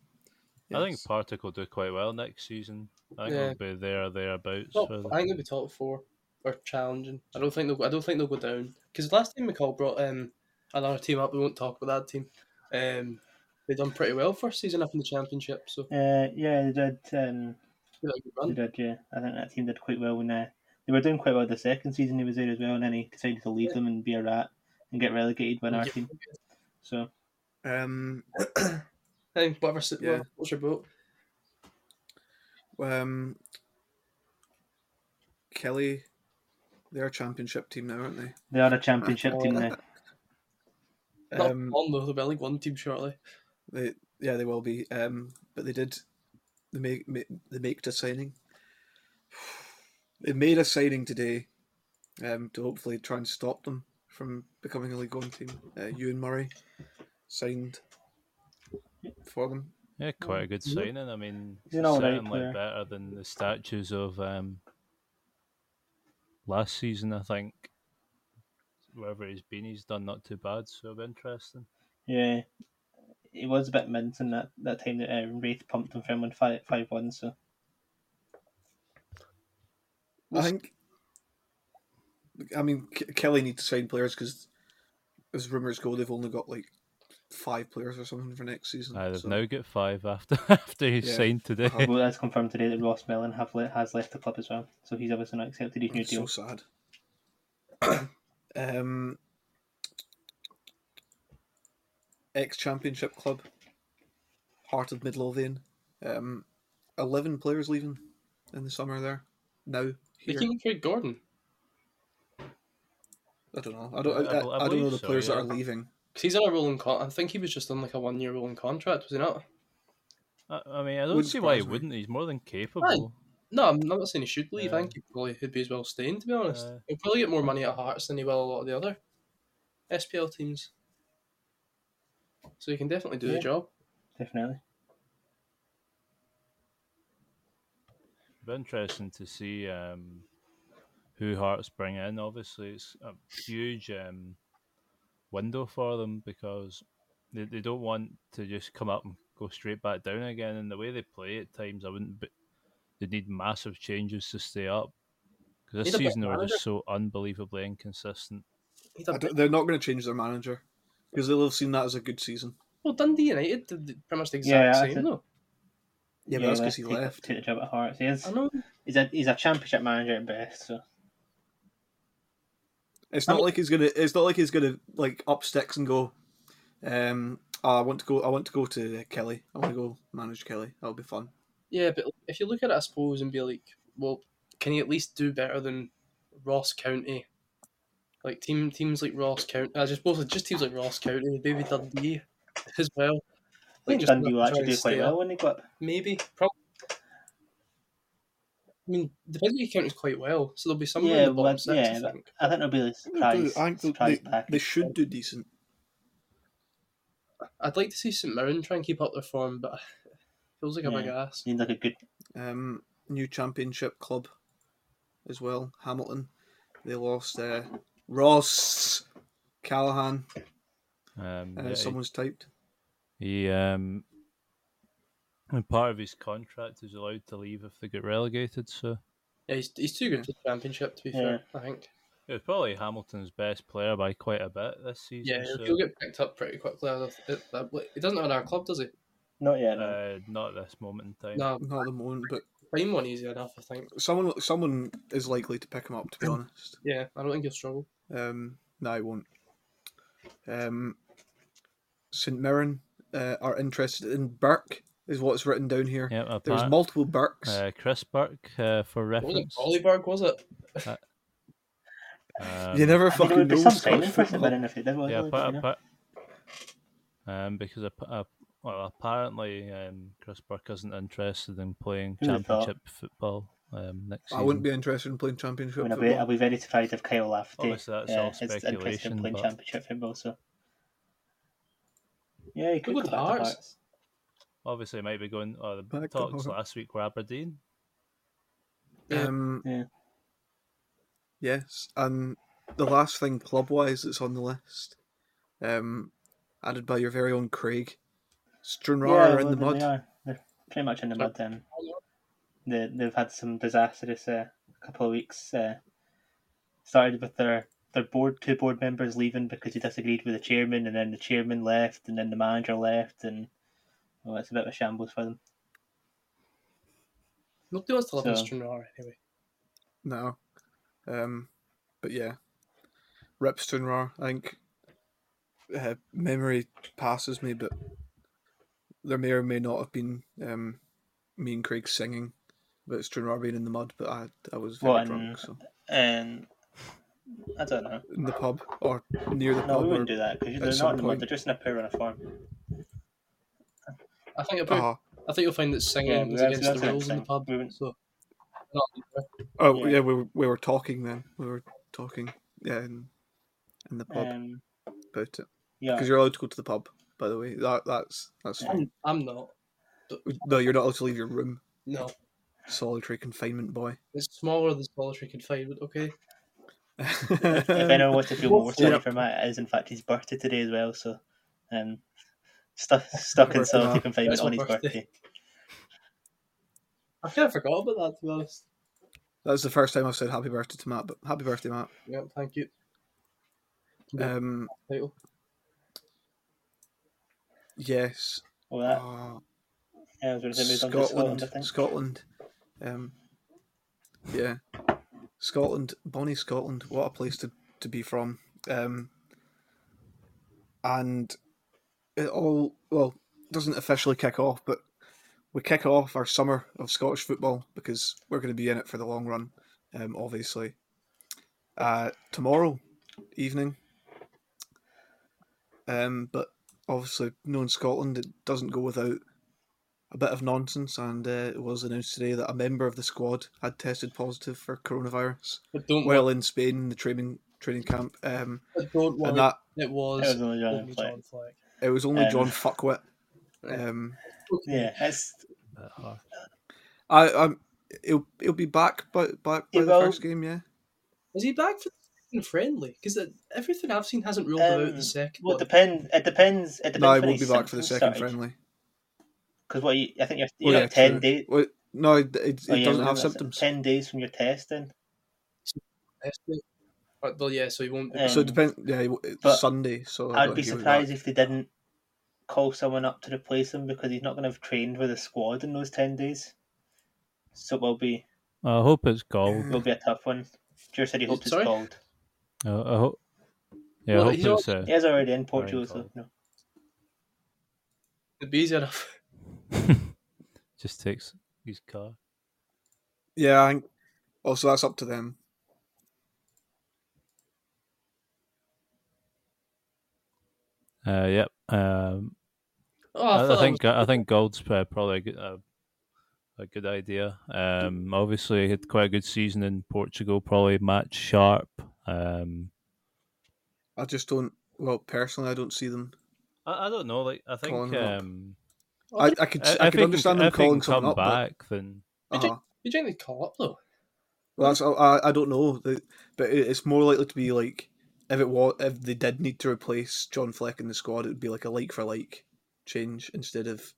Speaker 2: I think
Speaker 1: yes.
Speaker 2: Partick will do quite well next season. I think
Speaker 5: Yeah.
Speaker 2: he'll be there or thereabouts.
Speaker 5: Top,
Speaker 2: for the-
Speaker 5: I think they'll be top four or challenging. I don't think they'll. I don't think they'll go down because last time McCall brought um another team up. We won't talk about that team. Um, they done pretty well first season up in the championship, so
Speaker 3: Uh, yeah, they did, um,
Speaker 5: they had a good
Speaker 3: they
Speaker 5: run.
Speaker 3: did, yeah. I think that team did quite well when uh, they were doing quite well the second season he was there as well, and then he decided to leave them and be a rat and get relegated by our team. So,
Speaker 1: um,
Speaker 5: Hey, whatever. si-
Speaker 1: Yeah.
Speaker 5: what- What's your vote?
Speaker 1: um, Kelly, they're a championship team now, aren't they?
Speaker 3: they are a championship
Speaker 1: Oh,
Speaker 3: team now.
Speaker 5: Not
Speaker 1: Um,
Speaker 5: one though. They'll be a League One team shortly.
Speaker 1: they, yeah, they will be. Um, but they did. They make, make they made a signing. They made a signing today, um, to hopefully try and stop them from becoming a League One team. Uh, Ewan Murray signed for them.
Speaker 2: yeah, quite a good
Speaker 5: Mhm.
Speaker 2: signing. I mean,
Speaker 3: He's an all right
Speaker 2: certainly
Speaker 3: player.
Speaker 2: better than the statues of um, last season. I think wherever he's been, he's done not too bad. So it'll be interesting.
Speaker 3: Yeah, it was a bit mince in that, that time that uh, Wraith pumped him from one five five one. So
Speaker 1: I think. I mean, K- Kelly need to sign players because, as rumours go, they've only got like five players or something for next season.
Speaker 2: Uh, they've
Speaker 1: so-
Speaker 2: now got five after after he's
Speaker 1: Yeah. Uh-huh.
Speaker 2: signed today.
Speaker 3: well, that's confirmed today that Ross Mellon have le- has left the club as well. So he's obviously not accepted his new
Speaker 1: It's so
Speaker 3: deal.
Speaker 1: sad. um, ex Championship club, Heart of Midlothian. Um, Eleven players leaving in the summer there. Now
Speaker 5: They
Speaker 1: here,
Speaker 5: can trade Gordon.
Speaker 1: I don't know. I don't.
Speaker 2: I
Speaker 1: I,
Speaker 2: bel-
Speaker 1: I,
Speaker 2: I
Speaker 1: I don't know
Speaker 2: believe
Speaker 1: the
Speaker 2: so,
Speaker 1: players
Speaker 2: yeah.
Speaker 1: that are leaving.
Speaker 5: Cause he's on a rolling con. I think he was just on like a one-year rolling contract, was he not?
Speaker 2: I, I mean, I don't
Speaker 1: Wouldn't
Speaker 2: see why he
Speaker 1: surprise me.
Speaker 2: wouldn't. He's more than capable.
Speaker 5: No, I'm not saying he should leave. I
Speaker 2: Yeah.
Speaker 5: think he probably would be as well staying. To be honest,
Speaker 2: Yeah.
Speaker 5: he'll probably get more money at Hearts than he will a lot of the other SPL teams. So he can definitely do
Speaker 3: Yeah.
Speaker 5: the job.
Speaker 3: Definitely.
Speaker 2: It'll be interesting to see um, who Hearts bring in. Obviously, it's a huge um, window for them because they, they don't want to just come up and go straight back down again. And the way they play at times, I wouldn't. Be, they need massive changes to stay up because this
Speaker 5: Need a better
Speaker 2: season they were just so unbelievably inconsistent.
Speaker 5: He'd
Speaker 1: I
Speaker 5: have
Speaker 1: don't, they're not going to change their manager because they'll have seen that as a good season.
Speaker 5: Well, Dundee United did the- pretty much the
Speaker 3: Yeah,
Speaker 5: exact
Speaker 3: that's
Speaker 5: same
Speaker 3: it.
Speaker 5: though.
Speaker 1: Yeah, but that's because he
Speaker 3: take-
Speaker 1: left.
Speaker 3: Take the job at Hearts. He is,
Speaker 5: I know.
Speaker 3: he's a he's a championship manager at best. So
Speaker 1: It's
Speaker 5: I
Speaker 1: not
Speaker 5: mean-
Speaker 1: like he's gonna. It's not like he's gonna like up sticks and go. Um, "Oh, I want to go. I want to go to uh, Kelly. I want to go manage Kelly. That'll be fun.
Speaker 5: Yeah, but if you look at it, I suppose, and be like, well, can he at least do better than Ross County? Like team teams like Ross County, I just both just teams like Ross County, maybe Dundee as well.
Speaker 3: I think
Speaker 5: just
Speaker 3: Dundee will
Speaker 5: try
Speaker 3: actually
Speaker 5: and
Speaker 3: do quite
Speaker 5: stay
Speaker 3: well
Speaker 5: up.
Speaker 3: when they go up.
Speaker 5: Maybe, probably. I mean, the Dundee counties quite well, so there'll be somewhere
Speaker 3: Yeah,
Speaker 5: in the
Speaker 3: well,
Speaker 5: bottom six.
Speaker 3: yeah,
Speaker 5: I
Speaker 3: but-
Speaker 5: think.
Speaker 3: I think they'll be a surprise,
Speaker 1: I think they-
Speaker 3: surprise
Speaker 1: they,
Speaker 3: package.
Speaker 1: they should do decent.
Speaker 5: I'd like to see St Mirren try and keep up their form, but it feels like a big
Speaker 3: Yeah.
Speaker 5: ass.
Speaker 3: Seems like a good.
Speaker 1: Um, new championship club, as well. Hamilton. They lost uh, Ross Callahan.
Speaker 2: Um,
Speaker 1: Uh,
Speaker 2: yeah, he-
Speaker 1: Someone's typed.
Speaker 2: He um, and part of his contract is allowed to leave if they get relegated. So
Speaker 5: Yeah, he's, he's too good for the championship, to be fair. I think.
Speaker 2: it was probably Hamilton's best player by quite a bit this season.
Speaker 5: Yeah,
Speaker 2: so
Speaker 5: he'll get picked up pretty quickly. I don't- It, that- it doesn't have another club, does he?
Speaker 3: Not yet. no.
Speaker 2: Uh, not at this moment in time.
Speaker 5: No,
Speaker 1: Not at the moment, but
Speaker 5: find one easy enough, I think.
Speaker 1: someone someone is likely to pick him up. To be honest,
Speaker 5: Yeah, I don't think you'll struggle.
Speaker 1: um, no, I won't. Um, St Mirren uh, are interested in Burke, is what's written down here.
Speaker 2: Yeah, a
Speaker 1: There's
Speaker 2: pa-
Speaker 1: multiple Burkes.
Speaker 2: uh, Chris Burke uh, for
Speaker 5: What was it?
Speaker 2: reference.
Speaker 5: Bollyberg, was it?
Speaker 2: Um,
Speaker 1: you never
Speaker 3: I think it
Speaker 1: fucking
Speaker 3: would be
Speaker 1: know
Speaker 3: some
Speaker 1: Scottish
Speaker 3: signing for St
Speaker 1: football.
Speaker 3: Mirren if it did.
Speaker 2: Yeah,
Speaker 3: wasn't it?
Speaker 2: pa-
Speaker 3: You know?
Speaker 2: pa- um, because ap- ap- well, apparently um, Chris Burke isn't interested in playing
Speaker 3: Who would've thought?
Speaker 2: championship football um, next
Speaker 1: I
Speaker 2: season.
Speaker 1: wouldn't be interested in playing championship
Speaker 3: I mean, I'll be,
Speaker 1: football.
Speaker 3: I'll be very surprised if Kyle Lafferty uh, is
Speaker 2: Obviously, that's all
Speaker 3: interested in
Speaker 2: speculation,
Speaker 3: playing
Speaker 2: but-
Speaker 3: championship football. So, yeah, he could
Speaker 5: go
Speaker 3: go
Speaker 5: to
Speaker 3: back to
Speaker 5: Hearts.
Speaker 3: Hearts.
Speaker 2: Obviously, it might be going. Oh, the
Speaker 1: Back to
Speaker 2: talks
Speaker 1: Hearts.
Speaker 2: last week were Aberdeen.
Speaker 5: Yeah.
Speaker 1: Um,
Speaker 3: Yeah.
Speaker 1: Yes, and the last thing club-wise that's on the list, um, added by your very own Craig, Stranraer
Speaker 3: yeah,
Speaker 1: are in the
Speaker 3: well, they
Speaker 1: mud.
Speaker 3: are. They're pretty much in the
Speaker 5: So-
Speaker 3: mud. Um, they, they've had some disastrous uh, couple of weeks. Uh, started with their, their board two board members leaving because they disagreed with the chairman, and then the chairman left, and then the manager left, and well, it's a bit of a shambles for them.
Speaker 5: Nobody wants to live in
Speaker 3: So-
Speaker 5: Stranraer anyway.
Speaker 1: No, um, but yeah, rip Stranraer. I think uh, memory passes me, but there may or may not have been um, me and Craig singing about Stranraer being in the mud, but I I was very
Speaker 3: Well, and-
Speaker 1: drunk, so
Speaker 3: And Um, I don't know.
Speaker 1: in the pub or near the
Speaker 3: No,
Speaker 1: pub.
Speaker 3: we
Speaker 1: or,
Speaker 3: wouldn't do that because
Speaker 1: at
Speaker 3: they're
Speaker 1: some
Speaker 3: not in the mud.
Speaker 1: point.
Speaker 3: They're just in a poor run of form.
Speaker 5: I think about,
Speaker 1: Ah,
Speaker 5: I think you'll find that singing
Speaker 3: Uh-huh. Yeah,
Speaker 5: is
Speaker 3: that's-
Speaker 5: against
Speaker 3: that's
Speaker 5: the
Speaker 3: what I'm
Speaker 5: rules in the
Speaker 3: saying.
Speaker 5: pub.
Speaker 3: We wouldn't-
Speaker 5: So,
Speaker 1: oh
Speaker 3: yeah.
Speaker 1: yeah, we were, we were talking then. We were talking yeah, in, in the pub
Speaker 3: Um,
Speaker 1: about it
Speaker 3: yeah,
Speaker 1: because you're allowed to go to the pub. By the way, that that's that's
Speaker 3: Yeah.
Speaker 1: fine.
Speaker 5: I'm not.
Speaker 1: No, you're not allowed to leave your room.
Speaker 5: No,
Speaker 1: Solitary confinement boy.
Speaker 5: it's smaller than solitary confinement. Okay,
Speaker 3: if anyone wants to feel more
Speaker 1: What's
Speaker 3: sorry
Speaker 1: up?
Speaker 3: for Matt, it is in fact his birthday today as well. So, um, stuck stuck in
Speaker 1: Birthday,
Speaker 3: solitary
Speaker 1: Matt.
Speaker 3: confinement
Speaker 5: That's
Speaker 3: on
Speaker 5: my
Speaker 3: his
Speaker 5: birthday.
Speaker 3: birthday.
Speaker 5: I kind of forgot about that to be honest.
Speaker 1: That's the first time I've said happy birthday to Matt, but happy birthday, Matt.
Speaker 5: Yeah, thank you. Yeah.
Speaker 1: Um,
Speaker 5: Title.
Speaker 1: yes.
Speaker 3: All that.
Speaker 1: Ah,
Speaker 3: yeah, I was going to say moved on to Scotland. I
Speaker 1: Scotland.
Speaker 3: think.
Speaker 1: Scotland. Um, yeah. Scotland. Bonnie Scotland. What a place to, to be from. Um, and it all, well, doesn't officially kick off, but we kick off our summer of Scottish football because we're going to be in it for the long run, um, obviously. Uh, tomorrow evening. Um, but obviously, knowing Scotland, it doesn't go without a bit of nonsense, and uh, it was announced today that a member of the squad had tested positive for coronavirus
Speaker 5: I don't.
Speaker 1: while in Spain in the training training camp. Um,
Speaker 5: I don't want.
Speaker 1: and that
Speaker 5: It
Speaker 3: It
Speaker 5: was
Speaker 3: was only John
Speaker 5: only
Speaker 3: Fleck.
Speaker 5: John Fleck.
Speaker 1: it was only
Speaker 3: Um,
Speaker 1: John Fuckwit. Um,
Speaker 3: Yeah, it's
Speaker 2: Bit harsh.
Speaker 1: I I'm, he'll he'll be back by back by
Speaker 3: He
Speaker 1: the
Speaker 3: will.
Speaker 1: first game, yeah.
Speaker 5: Is he back for the second friendly? Because everything I've seen hasn't ruled out
Speaker 3: Um,
Speaker 5: the second.
Speaker 3: well,
Speaker 5: one.
Speaker 3: it depends. It depends. It depends.
Speaker 1: No, he
Speaker 3: when
Speaker 1: won't be
Speaker 3: his
Speaker 1: back for the
Speaker 3: symptoms
Speaker 1: second
Speaker 3: started.
Speaker 1: friendly.
Speaker 3: Because what you, I think you're,
Speaker 1: Oh,
Speaker 3: you're
Speaker 1: yeah,
Speaker 3: at ten
Speaker 1: true.
Speaker 3: days.
Speaker 1: Well, no, it, it,
Speaker 3: oh,
Speaker 1: it
Speaker 3: yeah,
Speaker 1: doesn't have
Speaker 3: that's it,
Speaker 1: symptoms,
Speaker 3: Ten days from your testing.
Speaker 5: But- Well, yeah, so he won't. be
Speaker 3: Yeah.
Speaker 5: back.
Speaker 1: so it depends. Yeah, he- it's
Speaker 3: But
Speaker 1: Sunday, so I
Speaker 3: I'd
Speaker 1: don't
Speaker 3: be
Speaker 1: think he'll
Speaker 3: surprised
Speaker 1: back.
Speaker 3: if they didn't call someone up to replace him because he's not going to have trained with a squad in those ten days. So it will be
Speaker 2: I hope it's gold.
Speaker 3: will be a tough one. Jure said he hopes
Speaker 5: Sorry?
Speaker 3: it's called.
Speaker 2: I, I hope. Yeah,
Speaker 5: Well,
Speaker 2: I
Speaker 5: he's
Speaker 2: hope it's. Uh,
Speaker 3: He is already in Portugal, so
Speaker 2: called.
Speaker 3: no.
Speaker 5: It'd be easy enough.
Speaker 2: uh, just takes his car.
Speaker 1: Yeah, I think, also that's up to them.
Speaker 2: Uh, yep. Um,
Speaker 5: Oh,
Speaker 2: I,
Speaker 5: I,
Speaker 2: I
Speaker 5: thought
Speaker 2: think I think gold's pro- probably a good, a, a good idea. Um, obviously, he had quite a good season in Portugal. Probably match sharp. Um,
Speaker 1: I just don't. Well, personally, I don't see them.
Speaker 2: I, I don't know. Like I think
Speaker 1: Calling him up.
Speaker 2: um,
Speaker 1: I, I could
Speaker 2: I,
Speaker 1: I,
Speaker 2: if
Speaker 1: could
Speaker 2: he
Speaker 1: understand
Speaker 2: can,
Speaker 1: them
Speaker 2: if he
Speaker 1: calling
Speaker 2: can
Speaker 1: something
Speaker 2: come
Speaker 1: up, but-
Speaker 2: back, then
Speaker 1: uh-huh.
Speaker 5: you think they'd call up though.
Speaker 1: Well, that's I, I don't know, The- but it- it's more likely to be like if it was if they did need to replace John Fleck in the squad, it would be like a like for like change instead of.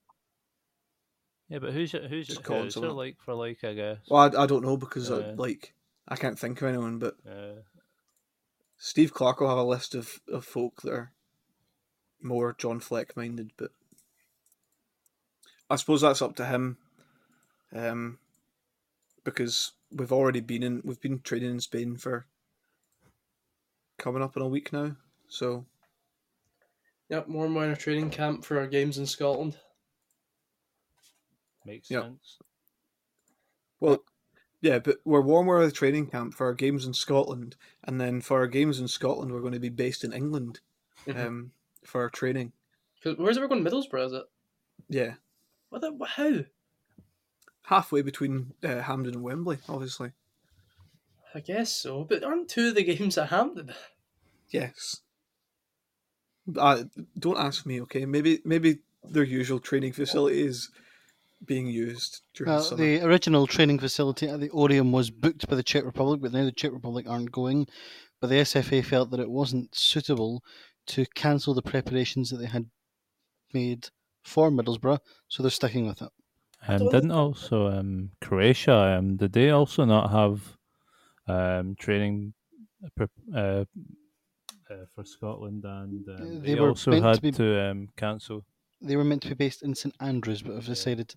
Speaker 2: yeah. But who's your, who's your,
Speaker 1: Just calling
Speaker 2: who's
Speaker 1: someone
Speaker 2: your
Speaker 1: up.
Speaker 2: like for like? I guess.
Speaker 1: Well, I, I don't know because I,
Speaker 2: Yeah.
Speaker 1: like I can't think of anyone, but
Speaker 2: Uh,
Speaker 1: Steve Clark will have a list of, of folk that are more John Fleck minded, but I suppose that's up to him, um, because we've already been in we've been training in Spain for coming up in a week now. So
Speaker 5: Yep, more and more in a training camp for our games in Scotland.
Speaker 2: Makes
Speaker 1: Yeah.
Speaker 2: sense.
Speaker 1: Well, yeah, but we're warmer at the training camp for our games in Scotland, and then for our games in Scotland, we're going to be based in England
Speaker 5: Mhm.
Speaker 1: um, for our training.
Speaker 5: 'Cause where's it we're going? Middlesbrough, is it?
Speaker 1: Yeah,
Speaker 5: What the, wh- how?
Speaker 1: halfway between uh, Hampden and Wembley, obviously.
Speaker 5: I guess so, but aren't two of the games at Hampden?
Speaker 1: Yes. Uh, don't ask me, okay? Maybe maybe their usual training facility is being used during
Speaker 4: Well,
Speaker 1: the summer.
Speaker 4: the original training facility at the Orium was booked by the Czech Republic, but now the Czech Republic aren't going. But the SFA felt that it wasn't suitable to cancel the preparations that they had made for Middlesbrough, so they're sticking with it.
Speaker 2: Um,
Speaker 5: don't
Speaker 2: didn't also um, Croatia? Um, did they also not have um, training prep, uh, uh, for Scotland? And um,
Speaker 4: they
Speaker 2: they,
Speaker 4: were
Speaker 2: also
Speaker 4: meant to
Speaker 2: had to,
Speaker 4: be-
Speaker 2: um, cancel.
Speaker 4: They were meant to be based in St Andrews, but have
Speaker 2: Yeah.
Speaker 4: decided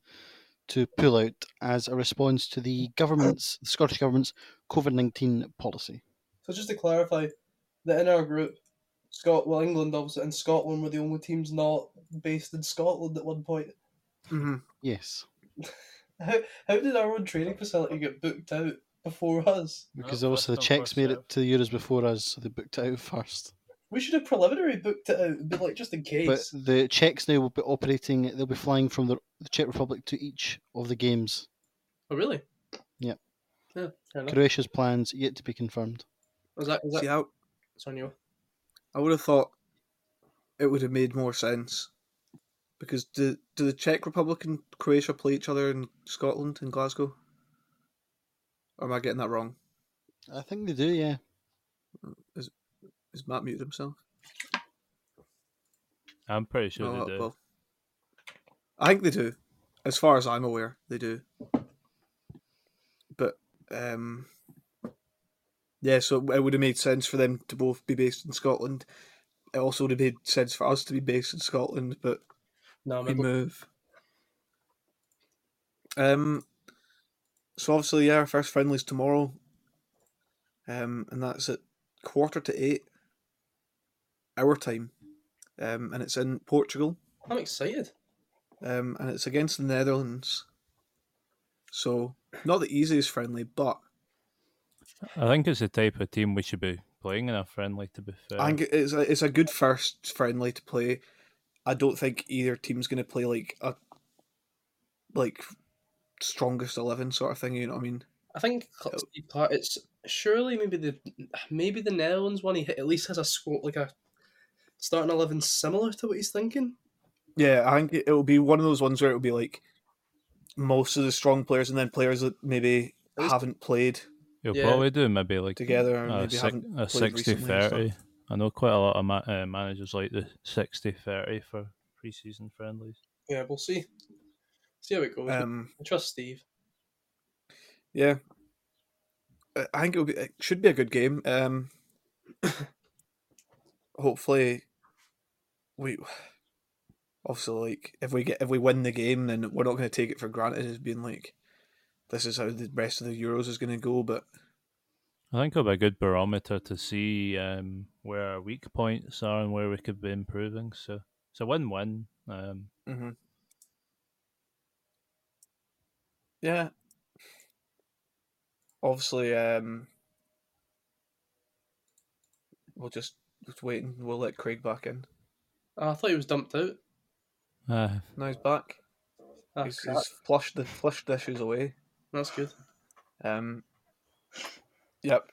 Speaker 4: to pull out as a response to the government's, the Scottish government's COVID nineteen policy.
Speaker 5: So just to clarify, that in our group, Scot well England obviously and Scotland were the only teams not based in Scotland at one point.
Speaker 1: hmm
Speaker 4: Yes,
Speaker 5: How, how did our own training facility get booked out before us?
Speaker 4: because
Speaker 2: Well,
Speaker 4: obviously the
Speaker 2: first come,
Speaker 4: Czechs
Speaker 2: first
Speaker 4: made
Speaker 2: serve.
Speaker 4: it to the Euros before us, so they booked it out first.
Speaker 5: We should have preliminary booked it out and been like just in
Speaker 4: But
Speaker 5: case.
Speaker 4: the Czechs now will be operating. They'll be flying from the, the Czech Republic to each of the games.
Speaker 5: oh really?
Speaker 4: Yeah.
Speaker 5: Yeah. Fair enough.
Speaker 4: Croatia's plans yet to be confirmed.
Speaker 5: Was that was that
Speaker 1: See, I,
Speaker 5: sorry, Neil.
Speaker 1: I would have thought it would have made more sense because do, do the Czech Republic and Croatia play each other in Scotland in Glasgow? Or am I getting that wrong?
Speaker 4: I think they do. Yeah,
Speaker 1: Is Matt muted himself?
Speaker 2: I'm pretty sure
Speaker 1: Oh,
Speaker 2: they do.
Speaker 1: well. I think they do. As far as I'm aware, they do. But um, yeah, so it would have made sense for them to both be based in Scotland. It also would have made sense for us to be based in Scotland, but
Speaker 5: No,
Speaker 1: we
Speaker 5: maybe
Speaker 1: move. Um, so obviously, yeah, our first friendly's tomorrow, um, and that's at quarter to eight our time, um, and it's in Portugal
Speaker 5: I'm excited.
Speaker 1: um, and it's against the Netherlands. So not the easiest friendly, but
Speaker 2: I think it's the type of team we should be playing in a friendly. To be fair,
Speaker 1: I think it's a, it's a good first friendly to play. I don't think either team's going to play like a like strongest eleven sort of thing. You know what I mean?
Speaker 5: I think cl-
Speaker 1: Oh.
Speaker 5: Steve Clark- it's surely maybe the maybe the Netherlands one he hit at least has a squad like a starting eleven similar to what he's thinking.
Speaker 1: Yeah, I think it- it'll be one of those ones where it'll be like most of the strong players and then players that maybe
Speaker 5: At least-
Speaker 1: haven't played
Speaker 2: you'll
Speaker 5: yeah.
Speaker 2: probably do maybe like
Speaker 1: together and
Speaker 2: a,
Speaker 1: maybe
Speaker 2: six,
Speaker 1: haven't
Speaker 2: a
Speaker 1: played
Speaker 2: 60
Speaker 1: recently and stuff.
Speaker 2: 30. I know quite a lot of ma- uh, managers like the 60 30 for pre season friendlies.
Speaker 5: Yeah, we'll see. See how it goes.
Speaker 1: Um,
Speaker 5: I trust Steve.
Speaker 1: Yeah, I- I think it'll be, it should be a good game. Um, hopefully, we obviously like if we get if we win the game, then we're not going to take it for granted as being like this is how the rest of the Euros is going to go. But
Speaker 2: I think it'll be a good barometer to see um, where our weak points are and where we could be improving. So it's a win win. Um,
Speaker 1: mhm. yeah, obviously, um, we'll just, just wait and we'll let Craig back in.
Speaker 5: Oh, I thought he was dumped out.
Speaker 2: uh,
Speaker 1: Now he's back.
Speaker 5: Ah,
Speaker 1: he's,
Speaker 5: crap.
Speaker 1: he's flushed the flushed the issues away.
Speaker 5: That's good.
Speaker 1: Um, yep.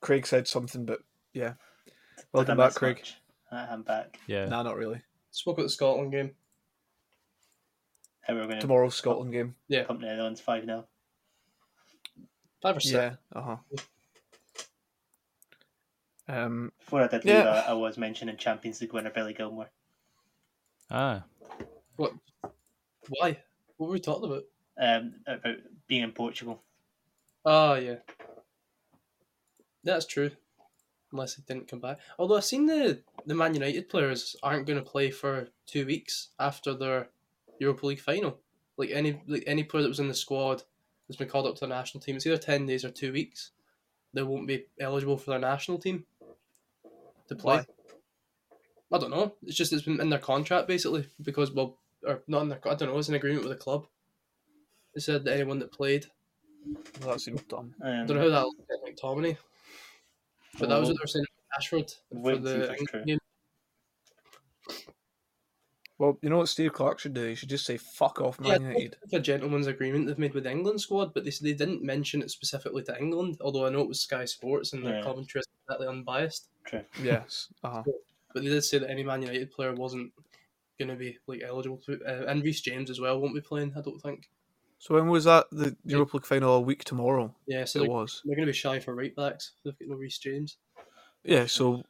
Speaker 1: Craig said something, but yeah. Welcome
Speaker 3: Did I
Speaker 1: back,
Speaker 3: miss
Speaker 1: Craig.
Speaker 3: much? I am back.
Speaker 2: yeah.
Speaker 1: Nah, not really.
Speaker 5: Spoke at the Scotland game.
Speaker 3: How we're going to
Speaker 1: Tomorrow's
Speaker 3: Oh,
Speaker 1: Scotland game.
Speaker 3: pump Netherlands five 0
Speaker 5: Five or six.
Speaker 1: Yeah. Uh huh. Um.
Speaker 3: Before I did leave,
Speaker 1: Yeah.
Speaker 3: I, I was mentioning Champions League winner Billy Gilmore.
Speaker 2: Ah,
Speaker 5: Why? What were we talking about?
Speaker 3: Um, about being in Portugal.
Speaker 5: Ah, yeah. That's true. Unless he didn't come back. Although I've seen the, the Man United players aren't going to play for two weeks after their Europa League final. Like any like any player that was in the squad has been called up to the national team. It's either ten days or two weeks. They won't be eligible for their national team to play. I don't know. It's just it's been in their contract basically because well, or not in their. co- I don't know. It's an agreement with the club. It said that anyone that played.
Speaker 1: Well, that seems dumb.
Speaker 5: I
Speaker 3: Um,
Speaker 5: don't know how that looked like McTominay, but
Speaker 3: Oh.
Speaker 5: that was what they were saying. about Ashford for
Speaker 3: Wait and see if
Speaker 5: the
Speaker 3: that's true.
Speaker 5: game.
Speaker 1: Well, you know what Steve Clark should do? He should just say "fuck off, Man
Speaker 5: Yeah,
Speaker 1: United."
Speaker 5: it's like a gentleman's agreement they've made with the England squad, but they, s- they didn't mention it specifically to England. Although I know it was Sky Sports and their
Speaker 3: Yeah.
Speaker 5: commentary is completely unbiased,
Speaker 1: yes. Uh-huh.
Speaker 5: but they did say that any Man United player wasn't going to be like eligible to, uh, and Reece James as well won't be playing. I don't think.
Speaker 1: So when was that? The Europa League final a week tomorrow.
Speaker 5: Yeah, so
Speaker 1: It
Speaker 5: they're,
Speaker 1: was.
Speaker 5: they're going to be shy for right backs. They've got no Reece James.
Speaker 1: Yeah. So,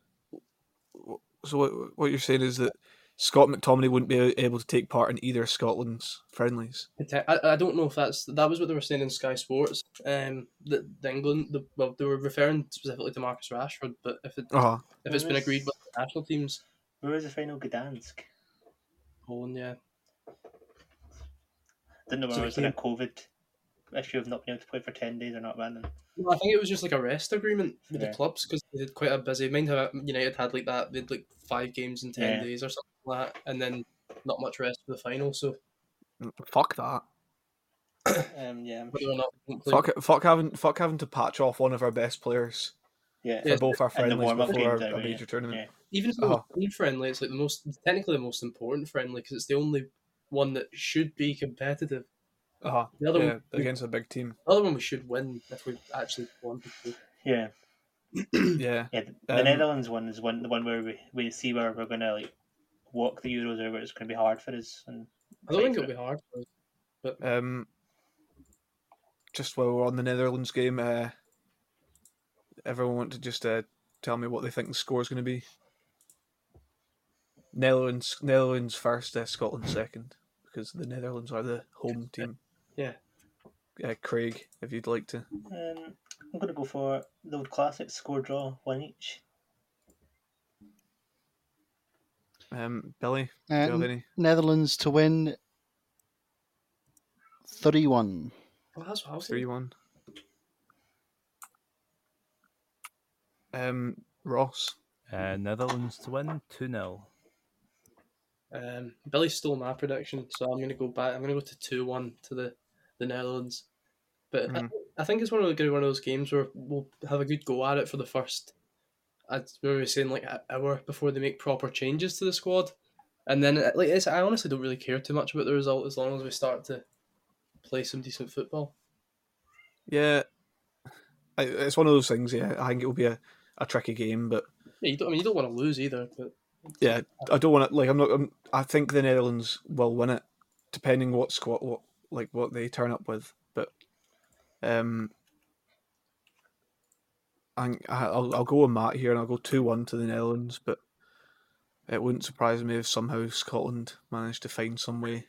Speaker 1: so what, what you're saying is that Scott McTominay wouldn't be able to take part in either of Scotland's friendlies.
Speaker 5: Pote- I, I don't know if that's that was what they were saying in Sky Sports. Um, that the England, the, well, they were referring specifically to Marcus Rashford, but if it
Speaker 1: Uh huh.
Speaker 5: if it's been
Speaker 3: Yes.
Speaker 5: agreed with the national teams,
Speaker 3: Where was the final? Gdansk.
Speaker 5: Poland, yeah,
Speaker 3: Didn't know
Speaker 5: So
Speaker 3: whether it was
Speaker 5: he-
Speaker 3: like a COVID issue of not being able to play for ten days or not running.
Speaker 5: No, I think it was just like a rest agreement with
Speaker 3: Yeah.
Speaker 5: the clubs because they had quite a busy. Mind how United had like that? They had like five games in ten
Speaker 3: Yeah.
Speaker 5: days or something like that, and then not much rest for the final. So
Speaker 1: Fuck that.
Speaker 3: Um, yeah, I'm
Speaker 5: whether or not they don't play-
Speaker 1: Fuck, fuck having fuck having to patch off one of our best players
Speaker 3: yeah.
Speaker 1: for both our
Speaker 3: And the
Speaker 1: friendlies
Speaker 3: warm-up
Speaker 1: before
Speaker 3: games
Speaker 1: a
Speaker 3: anyway,
Speaker 1: major tournament.
Speaker 5: even though
Speaker 1: Uh-huh.
Speaker 5: it's one friendly, it's like the most technically the most important friendly because it's the only one that should be competitive.
Speaker 1: Uh huh.
Speaker 5: The other
Speaker 1: Yeah,
Speaker 5: one, the
Speaker 1: against a big team.
Speaker 5: other one we should win if we actually wanted to.
Speaker 3: yeah,
Speaker 1: Yeah.
Speaker 3: yeah. The, the
Speaker 1: Um,
Speaker 3: Netherlands one is one the one where we, we see where we're gonna like walk the Euros or where it's gonna be hard for us. And
Speaker 5: I don't
Speaker 3: fight
Speaker 5: think
Speaker 3: for
Speaker 5: it'll be hard. for us.
Speaker 1: Um, just while we're on the Netherlands game, uh, everyone want to just uh, tell me what they think the score is going to be. Netherlands, Netherlands first, uh, Scotland second, because the Netherlands are the home team.
Speaker 5: Yeah.
Speaker 1: Uh, Craig, if you'd like to.
Speaker 3: Um, I'm gonna go for the old classic score draw, one each.
Speaker 1: Um, Billy, do you have
Speaker 4: And
Speaker 1: any?
Speaker 4: Uh, Netherlands to win 3 1.
Speaker 5: Well, that's what I was
Speaker 1: Three
Speaker 5: thinking.
Speaker 1: one. Um, Ross.
Speaker 2: Uh, Netherlands to win 2 0.
Speaker 5: Um, Billy stole my prediction, so I'm going to go back. I'm going to go to two one to the, the Netherlands, but I,
Speaker 1: Mhm.
Speaker 5: I think it's one of the, gonna be one of those games where we'll have a good go at it for the first. I'd we were saying like a- hour before they make proper changes to the squad, and then uh, like it's, I honestly don't really care too much about the result as long as we start to play some decent football.
Speaker 1: Yeah, I, it's one of those things. Yeah, I think it will be a, a tricky game, but
Speaker 5: Yeah, you don't. I mean, you don't want to lose either. But
Speaker 1: yeah, I don't want to like. I'm not. I'm, I think the Netherlands will win it, depending what squad, what like what they turn up with. But um, I, think- I- I'll I'll go with Matt here, and I'll go two one to the Netherlands. But it wouldn't surprise me if somehow Scotland managed to find some way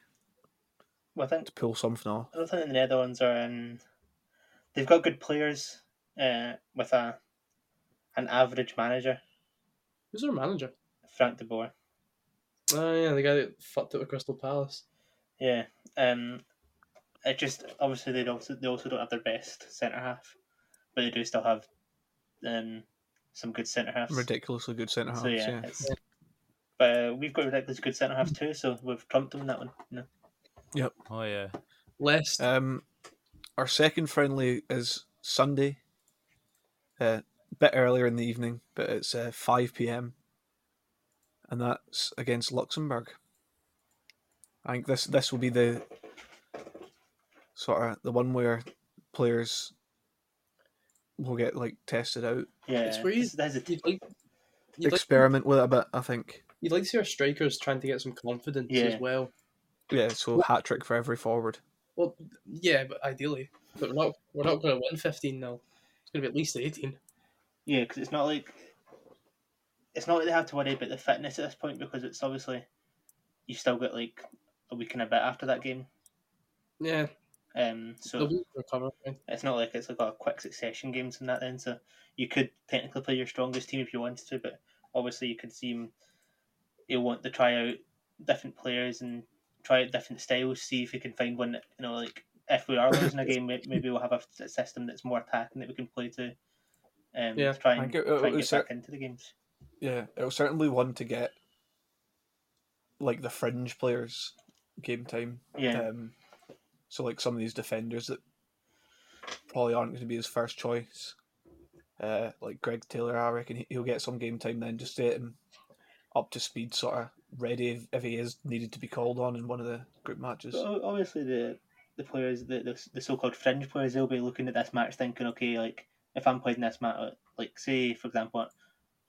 Speaker 3: Well, I think
Speaker 1: to pull something off.
Speaker 3: I don't think the Netherlands are. Um, they've got good players uh, with a an average manager,
Speaker 5: who's our manager?
Speaker 3: Frank de Boer.
Speaker 5: Oh yeah, the guy that fucked it with Crystal Palace.
Speaker 3: Yeah. Um, it just obviously they also they also don't have their best centre half, but they do still have um some good centre halves.
Speaker 1: Ridiculously good centre halves.
Speaker 3: So yeah,
Speaker 1: yeah.
Speaker 3: it's. But uh, we've got ridiculously good centre halves too, so we've trumped them in that one. You know?
Speaker 2: Oh, yeah.
Speaker 5: Lest
Speaker 1: Um, our second friendly is Sunday, uh, bit earlier in the evening, but it's uh, 5 p.m. and that's against Luxembourg. I think this this will be the sort of the one where players will get like tested out,
Speaker 3: Yeah,
Speaker 5: It's where you-
Speaker 3: this- this is a-
Speaker 5: you'd like, you'd like
Speaker 1: experiment with it a bit. I think.
Speaker 5: you'd like to see our strikers trying to get some confidence
Speaker 3: Yeah.
Speaker 5: as well.
Speaker 1: Yeah, so hat trick for every forward.
Speaker 5: Well, yeah, but ideally, but we're not we're not going to win fifteen now. It's going to be at least eighteen.
Speaker 3: Yeah, because it's not like it's not like they have to worry about the fitness at this point because it's obviously you've still got like a week and a bit after that game.
Speaker 5: Yeah,
Speaker 3: Um,
Speaker 5: they'll
Speaker 3: so
Speaker 5: be recover.
Speaker 3: it's not like it's like a quick succession games and that. Then, so you could technically play your strongest team if you wanted to, but obviously you could see him. He'll want to try out different players and try out different styles, see if we can find one that you know, like if we are losing a game, may- maybe we'll have a s- system that's more attacking that we can play to. Um,
Speaker 5: Yeah,
Speaker 3: to try
Speaker 1: I
Speaker 3: and,
Speaker 1: think it-
Speaker 3: try
Speaker 1: it was
Speaker 3: and get
Speaker 1: cer-
Speaker 3: back into the games.
Speaker 1: Yeah, it was certainly one to get like the fringe players game time.
Speaker 3: Yeah,
Speaker 1: Um, so like some of these defenders that probably aren't going to be his first choice, uh, like Greg Taylor, I reckon he- he'll get some game time then just to get him up to speed, sort of ready if, if he is needed to be called on in one of the group matches.
Speaker 3: But uh, o- obviously the the players, the, the the so-called fringe players, they'll be looking at this match thinking, okay, like if I'm playing this match, like say for example,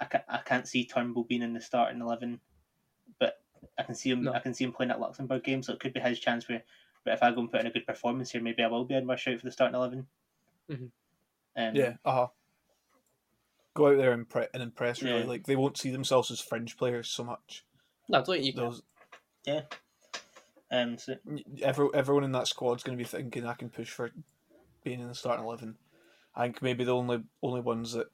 Speaker 3: I can't, I can't see Turnbull being in the starting eleven, but I can see him.
Speaker 5: No.
Speaker 3: I can see him playing at Luxembourg game, so it could be his chance where. But if I go and put in a good performance here, maybe I will be in my shout for the starting 11
Speaker 5: Mhm.
Speaker 3: Um,
Speaker 1: Yeah, uh huh. Go out there and, pre- and impress. Really,
Speaker 3: Yeah.
Speaker 1: like they won't see themselves as fringe players so much.
Speaker 5: No, I don't think you can.
Speaker 1: Those
Speaker 3: Um, so
Speaker 1: every, everyone in that squad's going to be thinking I can push for being in the starting eleven. I think maybe the only only ones that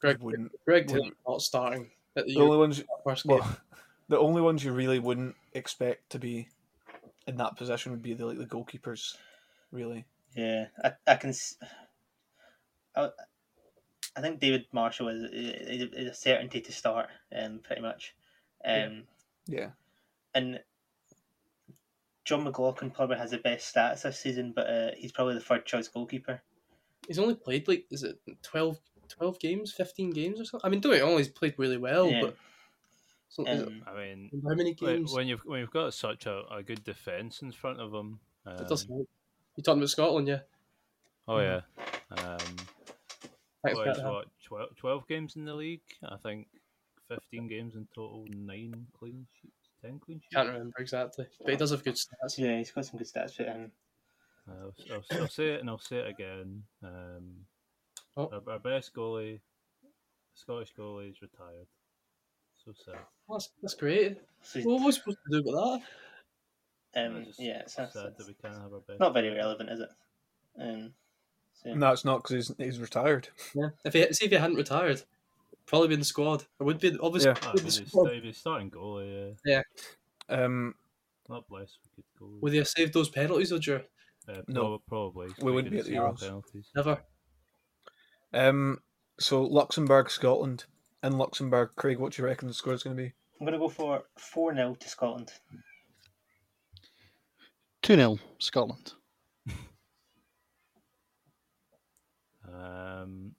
Speaker 5: Greg,
Speaker 1: wouldn't
Speaker 5: Greg
Speaker 1: well-
Speaker 5: Taylor not starting at the
Speaker 1: the only ones
Speaker 5: Euro- first game.
Speaker 1: well, the only ones you really wouldn't expect to be in that position would be the like the goalkeepers, really.
Speaker 3: yeah, I, I can. s- I, I think David Marshall is, is, is a certainty to start, um, pretty much. Um,
Speaker 1: Yeah,
Speaker 3: and John McLaughlin probably has the best stats this season, but uh, he's probably the third choice goalkeeper.
Speaker 5: He's only played like is it 12, 12 games, fifteen games or something. I mean, don't get me wrong, he's played really well,
Speaker 3: Yeah.
Speaker 5: but so, is it-
Speaker 3: Um,
Speaker 2: I mean,
Speaker 5: how many
Speaker 2: when-
Speaker 5: games?
Speaker 2: when you've when you've got such a, a good defence in front of them, um,
Speaker 5: it doesn't help. You're talking about Scotland, yeah?
Speaker 2: oh yeah, um,
Speaker 5: Thanks,
Speaker 2: well, he's
Speaker 5: Pat.
Speaker 2: what, 12, 12 games in the league, I think, fifteen games in total, nine clean sheets, ten clean sheets.
Speaker 5: Can't remember exactly, but he does have good stats.
Speaker 3: yeah, he's got some good stats, but um,
Speaker 2: I'll, I'll, I'll say it and I'll say it again. Um,
Speaker 5: Oh.
Speaker 2: our, our best goalie, Scottish goalie, is retired. So sad.
Speaker 5: That's, that's great.
Speaker 3: so he's-
Speaker 5: What was supposed to do about that?
Speaker 3: um,
Speaker 2: It's just
Speaker 3: yeah, it's,
Speaker 2: sad
Speaker 3: it's,
Speaker 2: that we can't have our best.
Speaker 3: not very relevant, is it? Um, so,
Speaker 1: no, it's not because he's, he's retired.
Speaker 5: Yeah. If he see if he hadn't retired, probably be in the squad. Or would be obviously.
Speaker 1: Yeah.
Speaker 2: Ah,
Speaker 5: With,
Speaker 2: but
Speaker 5: the
Speaker 2: he's,
Speaker 5: squad,
Speaker 2: he's starting goalie. Uh,
Speaker 1: Um,
Speaker 2: not blessed with good goalies.
Speaker 5: would he have saved those penalties or Drew?
Speaker 2: Uh,
Speaker 1: No.
Speaker 2: no, probably.
Speaker 1: We wouldn't be
Speaker 2: couldn't
Speaker 1: at the
Speaker 2: see penalties.
Speaker 5: Never.
Speaker 1: um, so Luxembourg, Scotland, and Luxembourg. Craig, what do you reckon the score's going to be?
Speaker 3: I'm going to go for 4 0 to Scotland.
Speaker 4: 2 0, Scotland.
Speaker 2: Um,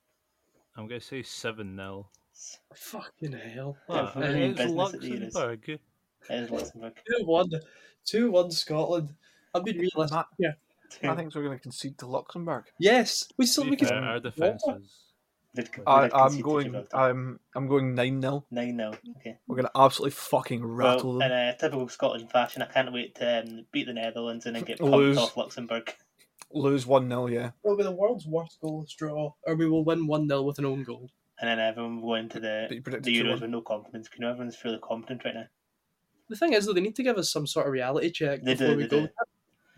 Speaker 2: I'm going to say 7 0.
Speaker 5: Fucking hell.
Speaker 3: Yeah, for any
Speaker 2: It's
Speaker 3: business at the Euros.
Speaker 2: Luxembourg.
Speaker 3: It is Luxembourg.
Speaker 5: Two one, two one Scotland. I've been realistic.
Speaker 1: Matt, I
Speaker 3: They-
Speaker 1: think we're going to concede to Luxembourg.
Speaker 5: Yes, we
Speaker 2: To
Speaker 5: still
Speaker 2: be
Speaker 5: we can.
Speaker 2: fair, our defences.
Speaker 3: they
Speaker 1: I,
Speaker 3: did
Speaker 1: I'm
Speaker 3: concede to
Speaker 1: going.
Speaker 3: Gibraltar.
Speaker 1: I'm I'm going nine 0
Speaker 3: 9 0. Okay.
Speaker 1: We're going to absolutely fucking rattle
Speaker 3: Well,
Speaker 1: them.
Speaker 3: in a typical Scotland fashion, I can't wait to um, beat the Netherlands and then get pumped
Speaker 1: Lose.
Speaker 3: off Luxembourg.
Speaker 1: Lose one 0 yeah.
Speaker 5: It'll be the world's worst goalless draw, or we will win one 0 with an own goal.
Speaker 3: And then everyone will go into
Speaker 1: But you
Speaker 3: the,
Speaker 1: predicted
Speaker 3: the
Speaker 1: two
Speaker 3: Euros
Speaker 1: one.
Speaker 3: with no confidence. You know, everyone's fairly confident right now.
Speaker 5: The thing is, though, they need to give us some sort of reality check
Speaker 3: They do,
Speaker 5: before we
Speaker 3: they
Speaker 5: go.
Speaker 3: do.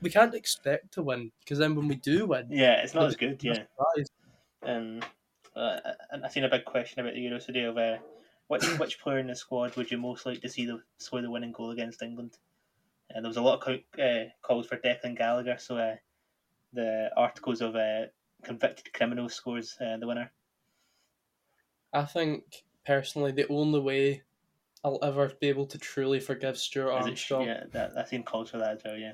Speaker 5: We can't expect to win because then when we do win,
Speaker 3: Yeah, it's not
Speaker 5: But
Speaker 3: as good. Yeah.
Speaker 5: surprise.
Speaker 3: Um, uh, and I've seen a big question about the Euros today of uh, which which player in the squad would you most like to see the score the winning goal against England? And there was a lot of co- uh, calls for Declan Gallagher, so uh, the articles of uh, convicted criminals scores uh, the winner.
Speaker 5: I think personally, the only way I'll ever be able to truly forgive Stuart
Speaker 3: Is it-
Speaker 5: Armstrong.
Speaker 3: yeah, that, I've seen calls for that as well. Yeah,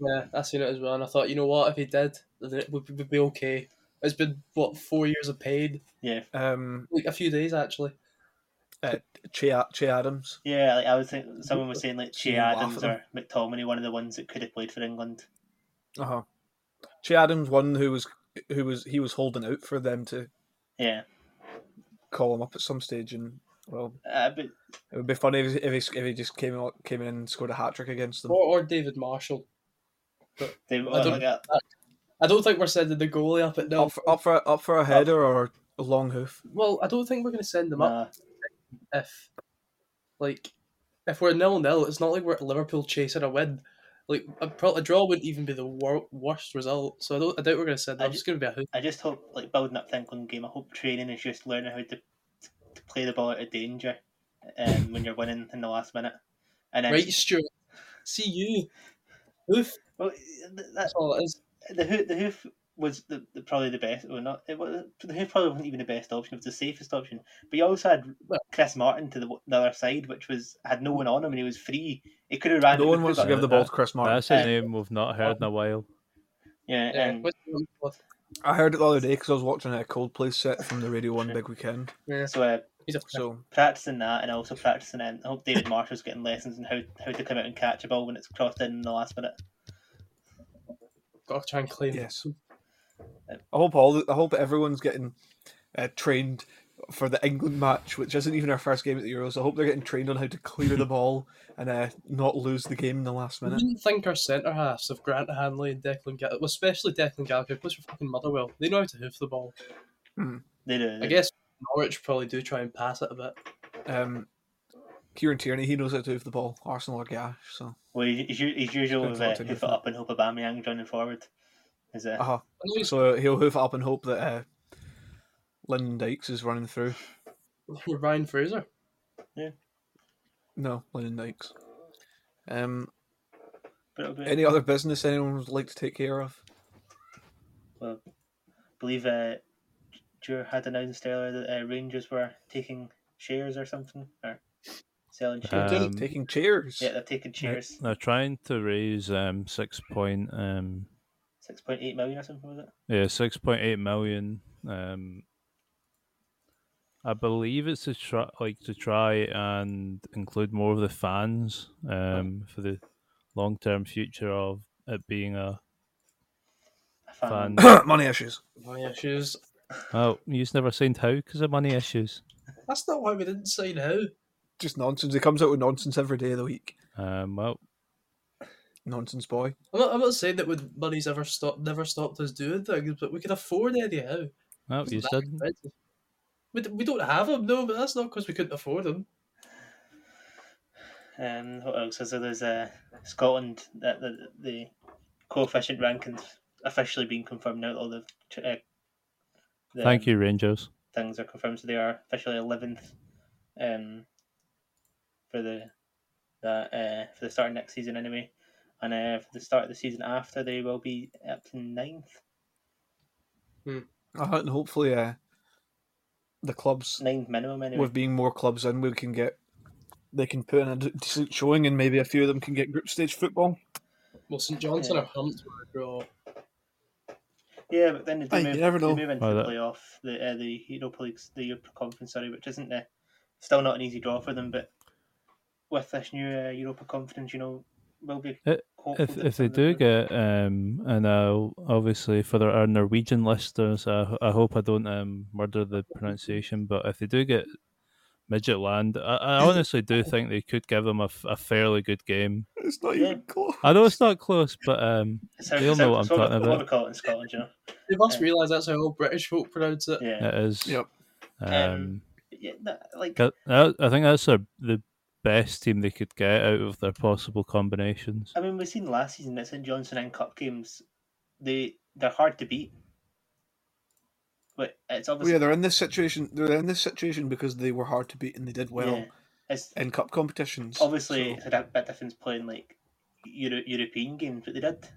Speaker 5: Yeah, I seen it as well, and I thought, you know what, if he did, then it would would be okay. It's been what four years of pain,
Speaker 3: yeah,
Speaker 1: Um,
Speaker 5: like a few days actually.
Speaker 1: uh, che, che Adams.
Speaker 3: yeah. Like I was think someone was saying like
Speaker 1: So you
Speaker 3: Che
Speaker 1: laugh
Speaker 3: Adams
Speaker 1: at
Speaker 3: or McTominay, one of the ones that could have played for England.
Speaker 1: Uh huh. Che Adams, one who was who was he was holding out for them to
Speaker 3: Yeah,
Speaker 1: call him up at some stage, and well,
Speaker 3: uh, but
Speaker 1: it would be funny if he, if he, if he just came out, came in and scored a hat trick against them.
Speaker 5: Or, or David Marshall.
Speaker 3: they,
Speaker 5: don't-
Speaker 3: like, uh,
Speaker 5: I don't think we're sending the goalie up at no.
Speaker 1: Up for up for, up for a header or a long hoof.
Speaker 5: Oh, Well, I don't think we're going to send them up
Speaker 3: nah,
Speaker 5: if, like, if we're nil nil. It's not like we're at Liverpool chasing a win. Like a, pro- a draw wouldn't even be the wor- worst result. So I don't. I doubt we're going to send
Speaker 3: I
Speaker 5: them. up.
Speaker 3: ju-
Speaker 5: It's going to be a hoot.
Speaker 3: I just hope, like building up the England game, I hope training is just learning how to, to play the ball out of danger um, when you're winning in the last minute. And then,
Speaker 5: Right, Stuart. See you. Hoof.
Speaker 3: Well, that,
Speaker 5: That's all it is.
Speaker 3: the hoof, the hoof was the, the probably the best, or not? It was, the hoof probably wasn't even the best option. It was the safest option. But you also had
Speaker 5: Well-
Speaker 3: Chris Martin to the, the other side, which was had no one on him, and he was free. He could have ran.
Speaker 1: No
Speaker 3: it,
Speaker 1: one
Speaker 3: but
Speaker 1: wants to
Speaker 3: couldn't.
Speaker 1: give the ball to Chris Martin.
Speaker 3: Um,
Speaker 2: That's a name we've not heard in a while.
Speaker 3: Yeah,
Speaker 5: Yeah,
Speaker 3: and
Speaker 5: what's the word?
Speaker 1: I heard it the other day because I was watching a Coldplay set from the Radio One Big Weekend.
Speaker 5: Yeah,
Speaker 3: so uh,
Speaker 5: he's a
Speaker 1: So
Speaker 3: practicing that, and also practicing. And I hope David Marshall's getting lessons in how how to come out and catch a ball when it's crossed in in the last minute.
Speaker 5: got to try and claim.
Speaker 1: yes, I hope all I hope everyone's getting uh, trained for the England match, which isn't even our first game at the Euros. I hope they're getting trained on how to clear the ball and uh, not lose the game in the last
Speaker 5: I
Speaker 1: minute.
Speaker 5: didn't think our centre halves of Grant Hanley and Declan Gallagher, well, especially Declan Gallagher, plus for fucking Motherwell, they know how to hoof the ball.
Speaker 3: They do.
Speaker 5: I guess Norwich probably do try and pass it a bit.
Speaker 1: Um, Kieran Tierney, he knows how to move the ball. Arsenal are gash, so
Speaker 3: Well, his, u- his usual
Speaker 1: Depends
Speaker 3: with
Speaker 1: on
Speaker 3: uh,
Speaker 1: what team
Speaker 3: hoof it
Speaker 1: you're
Speaker 3: up and hope Aubameyang running forward. Is uh,
Speaker 1: uh-huh.
Speaker 5: I know he's
Speaker 1: so he'll hoof it up and hope that uh, Lyndon Dykes is running through.
Speaker 5: with Ryan Fraser.
Speaker 1: No, Lyndon Dykes. Um,
Speaker 3: but it'll be-
Speaker 1: any other business anyone would like to take care of?
Speaker 3: Well, I believe uh, Drew had announced earlier that uh, Rangers were taking shares or something, or selling shares.
Speaker 5: Uh,
Speaker 2: Um,
Speaker 1: Taking chairs.
Speaker 3: yeah, they're taking shares.
Speaker 2: They're trying to raise um six point um
Speaker 3: Six point eight million or something was it?
Speaker 2: yeah six point eight million um. I believe it's to try like to try and include more of the fans um for the long term future of it being a
Speaker 3: I
Speaker 2: fan.
Speaker 3: found-
Speaker 1: Money issues.
Speaker 5: My issues.
Speaker 2: oh, you've never signed how because of money issues.
Speaker 5: That's not why we didn't sign how.
Speaker 1: Just nonsense. He comes out with nonsense every day of the week.
Speaker 2: Um, well,
Speaker 1: Nonsense boy.
Speaker 5: I'm not, I'm not saying that would money's ever stopped never stopped us doing things, but we could afford Eddie Howe.
Speaker 2: no, you
Speaker 5: That
Speaker 2: didn't.
Speaker 5: expensive. We, d- we don't have him, no, but that's not because we couldn't afford him.
Speaker 3: Um, what else? So there's uh, Scotland that the, the coefficient rankings officially being confirmed now. that All the, ch- uh, the
Speaker 2: Thank you, Rangers.
Speaker 3: things are confirmed, so they are officially eleventh. Um, for the that uh, for the start of next season anyway, and uh, for the start of the season after, they will be up to ninth,
Speaker 1: Uh, and hopefully, uh, the clubs
Speaker 3: ninth minimum anyway.
Speaker 1: with being more clubs in, we can get they can put in a d- decent showing, and maybe a few of them can get group stage football.
Speaker 5: Well, St Johnson
Speaker 3: Yeah.
Speaker 5: or Hunt were a draw.
Speaker 3: Yeah, but then
Speaker 1: Aye,
Speaker 3: they
Speaker 1: you
Speaker 3: move,
Speaker 1: never know.
Speaker 3: they move into
Speaker 2: Well,
Speaker 3: the
Speaker 2: that-
Speaker 3: playoff, the uh, the Europa League, the Europa Conference, sorry, which isn't uh, still not an easy draw for them. But with this new uh, Europa Conference, you know, will be
Speaker 2: Uh,
Speaker 3: hopeful
Speaker 2: If
Speaker 3: that
Speaker 2: if they
Speaker 3: some of them
Speaker 2: do
Speaker 3: will-
Speaker 2: get um, and I'll obviously for their, our Norwegian listeners, I, I hope I don't um murder the pronunciation, but if they do get midget land, I, I honestly do think they could give them a, f- a fairly good game.
Speaker 1: It's not
Speaker 3: Yeah.
Speaker 1: even close.
Speaker 2: I know it's not close, but um,
Speaker 3: it's how-
Speaker 2: they all
Speaker 3: it's
Speaker 2: know
Speaker 3: how-
Speaker 2: what I'm
Speaker 3: it's what we-
Speaker 2: talking
Speaker 3: what
Speaker 2: about.
Speaker 3: we call it in Scotland, you know.
Speaker 5: They must
Speaker 3: Yeah.
Speaker 5: realise that's how all British folk pronounce it.
Speaker 3: Yeah,
Speaker 2: it is.
Speaker 1: Yep.
Speaker 2: Um,
Speaker 3: But yeah that, like
Speaker 2: that- that- I think that's their, the best team they could get out of their possible combinations.
Speaker 3: I mean, we've seen last season that St Johnson and Cup games, they they're hard to beat. But it's
Speaker 1: Well,
Speaker 3: obviously
Speaker 1: yeah, they're in this situation. They're in this situation because they were hard to beat and they did well
Speaker 3: yeah, it's
Speaker 1: in cup competitions.
Speaker 3: obviously
Speaker 1: so-
Speaker 3: it's a bit different playing like Euro- European games, but they did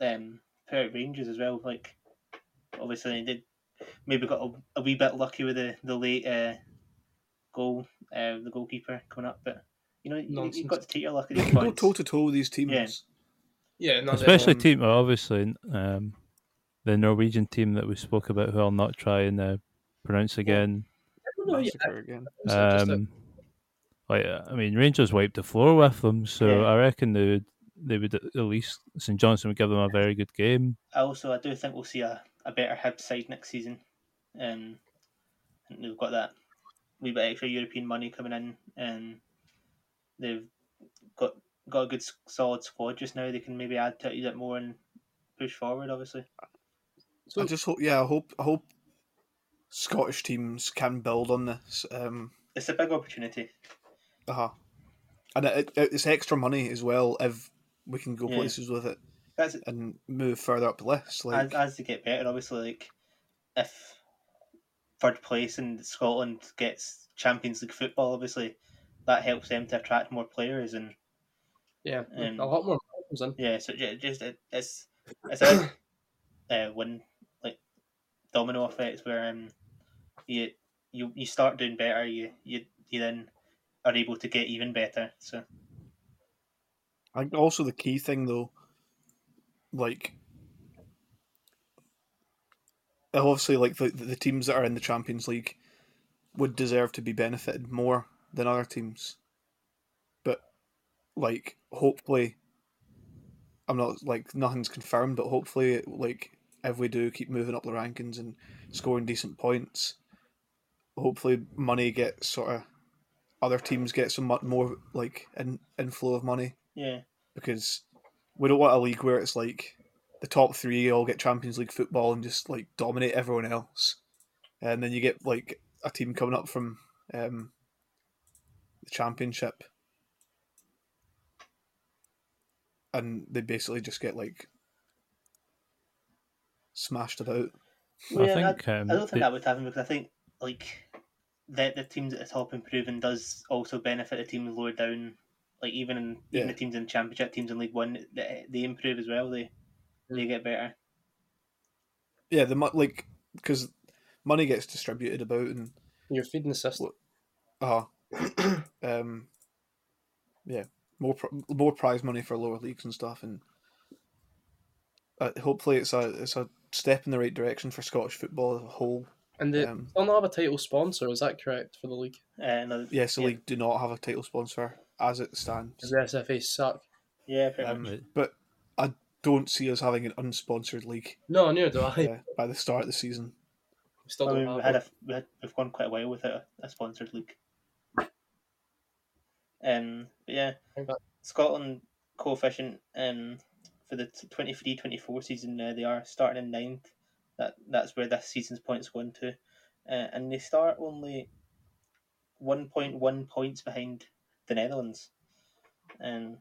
Speaker 3: um pair at Rangers as well. Like obviously they did maybe got a, a wee bit lucky with the the late uh, goal, uh, the goalkeeper coming up, but you know you,
Speaker 5: Nonsense.
Speaker 3: you've got to take your luck at
Speaker 1: they
Speaker 3: these
Speaker 1: can go
Speaker 3: points.
Speaker 1: toe to toe with these teams.
Speaker 3: Yeah.
Speaker 5: Yeah, no, they-
Speaker 2: Especially
Speaker 1: um,
Speaker 2: team, well, obviously, um, the Norwegian team that we spoke about, who I'll not try and uh, pronounce again.
Speaker 5: No, Oh, yeah,
Speaker 1: Massacre again.
Speaker 5: it's not just that-
Speaker 2: Um, like, uh, I mean, Rangers wiped the floor with them, so
Speaker 3: Yeah.
Speaker 2: I reckon they would, they would at least St Johnson would give them a very good game.
Speaker 3: I also I do think we'll see a, a better Hibs side next season. Um, I think they've got that wee bit extra European money coming in, and they've got got a good s- solid squad just now. They can maybe add to it a bit more and push forward. Obviously,
Speaker 1: I just hope. Yeah, I hope. I hope Scottish teams can build on this. Um,
Speaker 3: it's a big opportunity.
Speaker 1: uh-huh. and it, it, it's extra money as well if we can go
Speaker 3: Yeah.
Speaker 1: places with it
Speaker 3: That's
Speaker 1: and move further up the list. Like,
Speaker 3: as, as they get better. Obviously, like if third place and Scotland gets Champions League football, obviously that helps them to attract more players and
Speaker 5: Yeah,
Speaker 3: Um,
Speaker 5: a lot more comes in.
Speaker 3: Yeah, so ju- just it, it's it's a uh, when like domino effects where um you you you start doing better, you you you then are able to get even better. So
Speaker 1: I think also the key thing though, like obviously like the the teams that are in the Champions League would deserve to be benefited more than other teams. But like hopefully I'm not like nothing's confirmed, but hopefully like if we do keep moving up the rankings and scoring decent points, hopefully money gets sort of other teams get some mu- more like in, inflow of money
Speaker 3: yeah,
Speaker 1: because we don't want a league where it's like the top three all get Champions League football and just like dominate everyone else, and then you get like a team coming up from um, the Championship, and they basically just get like smashed about.
Speaker 2: I
Speaker 3: Yeah,
Speaker 2: think um,
Speaker 3: I don't think
Speaker 2: the-
Speaker 3: that would happen because I think like that the teams at the top improving does also benefit the teams lower down. Like even in
Speaker 1: Yeah.
Speaker 3: even the teams in Championship, teams in League One, they, they improve as well. They they get better.
Speaker 1: Yeah, the mo- like because money gets distributed about and
Speaker 5: You're feeding the system.
Speaker 1: uh um, yeah, more pr- more prize money for lower leagues and stuff, and uh, hopefully it's a it's a step in the right direction for Scottish football as a whole.
Speaker 5: And they
Speaker 1: Um,
Speaker 5: still not have a title sponsor, is that correct, for the league?
Speaker 3: Uh, no,
Speaker 1: Yes, the
Speaker 3: yeah,
Speaker 1: league do not have a title sponsor as it stands,
Speaker 5: Because the SFA suck.
Speaker 3: yeah, pretty much.
Speaker 1: um, but I don't see us having an unsponsored league
Speaker 5: No, neither do I.
Speaker 1: uh, by the start of the season.
Speaker 5: We still
Speaker 3: I
Speaker 5: don't
Speaker 3: mean, we
Speaker 5: have
Speaker 3: had
Speaker 5: it.
Speaker 3: a, we had, we've gone quite a while without a, a sponsored league. Um, but yeah,
Speaker 5: Okay.
Speaker 3: Scotland coefficient um, for the 23-24 season uh, they are starting in ninth. That that's where this season's points go into, uh, and they start only one point one points behind the Netherlands, um,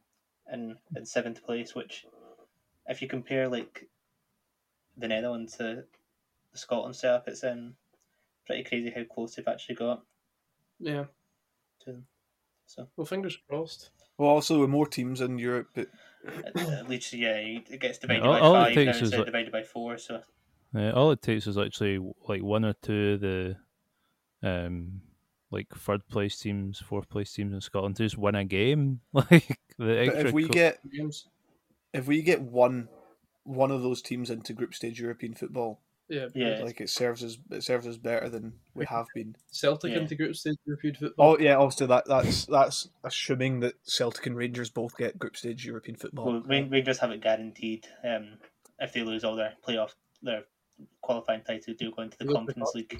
Speaker 3: and in seventh place. Which, if you compare like the Netherlands to the Scotland setup, it's um pretty crazy how close they've actually got
Speaker 5: Yeah.
Speaker 3: to them. So
Speaker 5: Well, fingers crossed.
Speaker 1: Well, also with more teams in Europe, but
Speaker 3: at, at least yeah, it gets divided
Speaker 2: all-
Speaker 3: by
Speaker 2: all it
Speaker 3: five now
Speaker 2: takes is
Speaker 3: instead of
Speaker 2: like-
Speaker 3: divided by four. So
Speaker 2: Yeah, uh, all it takes is actually like one or two of the um like third place teams, fourth place teams in Scotland to just win a game. Like the
Speaker 1: but
Speaker 2: extra
Speaker 1: if we
Speaker 2: co-
Speaker 1: get
Speaker 5: Games.
Speaker 1: if we get one one of those teams into group stage European football,
Speaker 5: Yeah.
Speaker 3: yeah,
Speaker 1: like it serves us it serves us better than we have been.
Speaker 5: Celtic
Speaker 3: Yeah.
Speaker 5: into group stage European football.
Speaker 1: Oh yeah, also that that's that's assuming that Celtic and Rangers both get group stage European football.
Speaker 3: well, Ran- Rangers have it guaranteed. Um, if they lose all their playoff their qualifying titles, they'll go into the
Speaker 5: Look,
Speaker 3: Conference League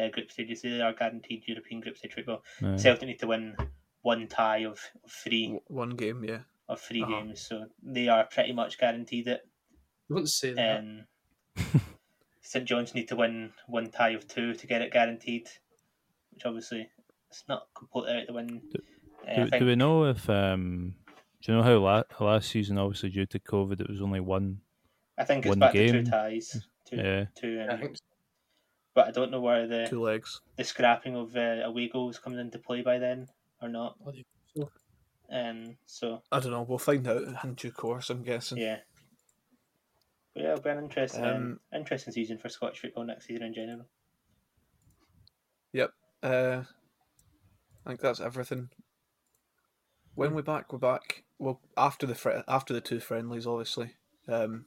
Speaker 3: uh, group stages. So they are guaranteed European group stage football.
Speaker 2: Yeah.
Speaker 3: Celtic need to win one tie of of three
Speaker 1: One game, yeah.
Speaker 3: of 3
Speaker 1: Uh-huh.
Speaker 3: games, so they are pretty much guaranteed it.
Speaker 5: Don't say that.
Speaker 3: Um, St John's need to win one tie of two to get it guaranteed, which obviously it's not completely out the win. Uh, I
Speaker 2: do,
Speaker 3: think
Speaker 2: do we know if um do you know how la- last season obviously due to COVID it was only one
Speaker 3: I think it's
Speaker 2: one
Speaker 3: back to
Speaker 2: game?
Speaker 3: two ties, two,
Speaker 2: yeah.
Speaker 3: two,
Speaker 5: I
Speaker 3: um,
Speaker 5: think
Speaker 3: but I don't know whether the,
Speaker 1: Two legs.
Speaker 3: the scrapping of uh, away goals comes into play by then or not.
Speaker 5: Bloody
Speaker 3: Um, so
Speaker 1: I don't know. We'll find out in due course. I'm guessing.
Speaker 3: yeah, but yeah, it'll be an interesting, um,
Speaker 1: Um,
Speaker 3: interesting season for Scottish football next season in general.
Speaker 1: Uh, I think that's everything. When we're back, we're back. Well, after the fri after the two friendlies, obviously, um,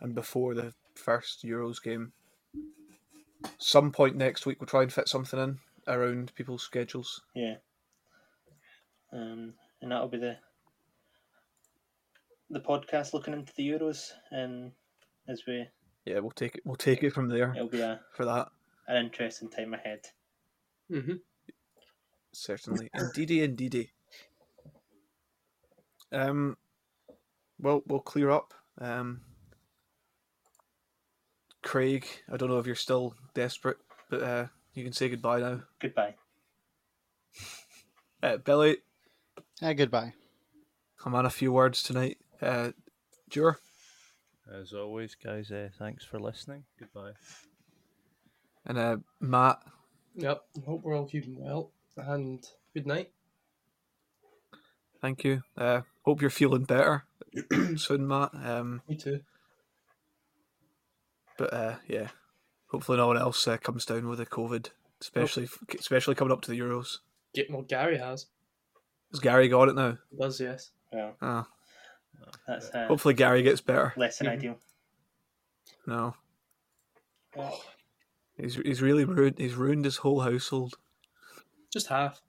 Speaker 1: and before the first Euros game. Some point next week, we'll try and fit something in around people's schedules.
Speaker 3: Yeah. Um, and that'll be the the podcast looking into the Euros, and as we
Speaker 1: Yeah, we'll take it. We'll take it from there
Speaker 3: it'll be a,
Speaker 1: for that.
Speaker 3: an interesting time ahead.
Speaker 5: hmm
Speaker 1: Certainly. Indeedy, indeedy. Um, well, we'll clear up. Um, Craig, I don't know if you're still desperate, but uh, you can say goodbye now.
Speaker 3: Goodbye.
Speaker 1: Uh, Billy,
Speaker 4: Ah, goodbye.
Speaker 1: I'm on a few words tonight. Uh, Jure,
Speaker 2: As always, guys, uh, thanks for listening. Goodbye.
Speaker 1: and uh, Matt,
Speaker 5: Yep. Hope we're all keeping well. And good night.
Speaker 1: Thank you. Uh, hope you're feeling better soon, Matt. Um,
Speaker 5: Me too.
Speaker 1: but uh, yeah, hopefully no one else uh, comes down with the COVID, especially especially coming up to the Euros.
Speaker 5: Get well, Gary has.
Speaker 1: Has Gary got it now?
Speaker 5: He does yes.
Speaker 3: Well,
Speaker 1: Ah,
Speaker 3: that's uh,
Speaker 1: hopefully Gary gets better.
Speaker 3: less than
Speaker 5: Mhm.
Speaker 3: ideal.
Speaker 1: No,
Speaker 3: Well,
Speaker 1: he's he's really ruined. He's ruined his whole household.
Speaker 5: Just half.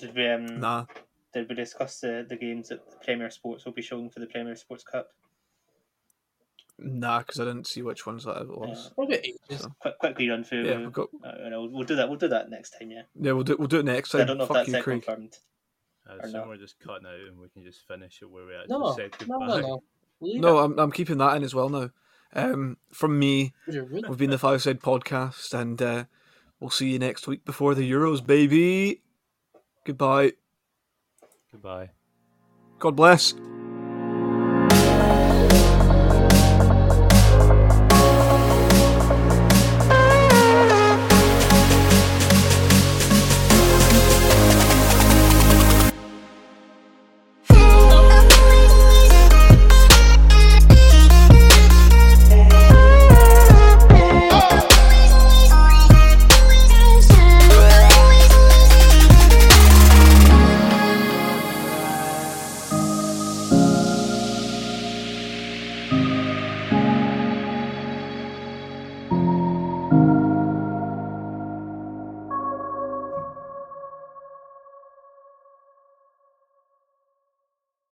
Speaker 3: did we um,
Speaker 1: Nah,
Speaker 3: did we discuss the, the games that the Premier Sports will be showing for the Premier Sports Cup?
Speaker 1: nah, because I didn't see which ones that it was.
Speaker 5: Probably ages.
Speaker 1: So,
Speaker 3: Quick, quickly run through.
Speaker 1: yeah, we've got.
Speaker 3: uh, and we'll, we'll do that. We'll do that next time. Yeah.
Speaker 1: Yeah, we'll do. We'll do it next time.
Speaker 3: I don't know if
Speaker 1: Fuck
Speaker 3: that's
Speaker 1: you,
Speaker 3: it
Speaker 1: Craig.
Speaker 3: confirmed.
Speaker 2: I
Speaker 3: Or
Speaker 2: assume
Speaker 3: no.
Speaker 2: Uh, we're just cutting out and we can just finish it where we actually
Speaker 5: No,
Speaker 2: said
Speaker 5: no,
Speaker 2: goodbye.
Speaker 5: no, no. Leave
Speaker 1: No, uh, I'm I'm keeping that in as well now. Um, from me,
Speaker 5: it. You're rude.
Speaker 1: we've been the Five Side Podcast, and uh, we'll see you next week before the Euros, baby. Goodbye.
Speaker 2: Goodbye.
Speaker 1: God bless.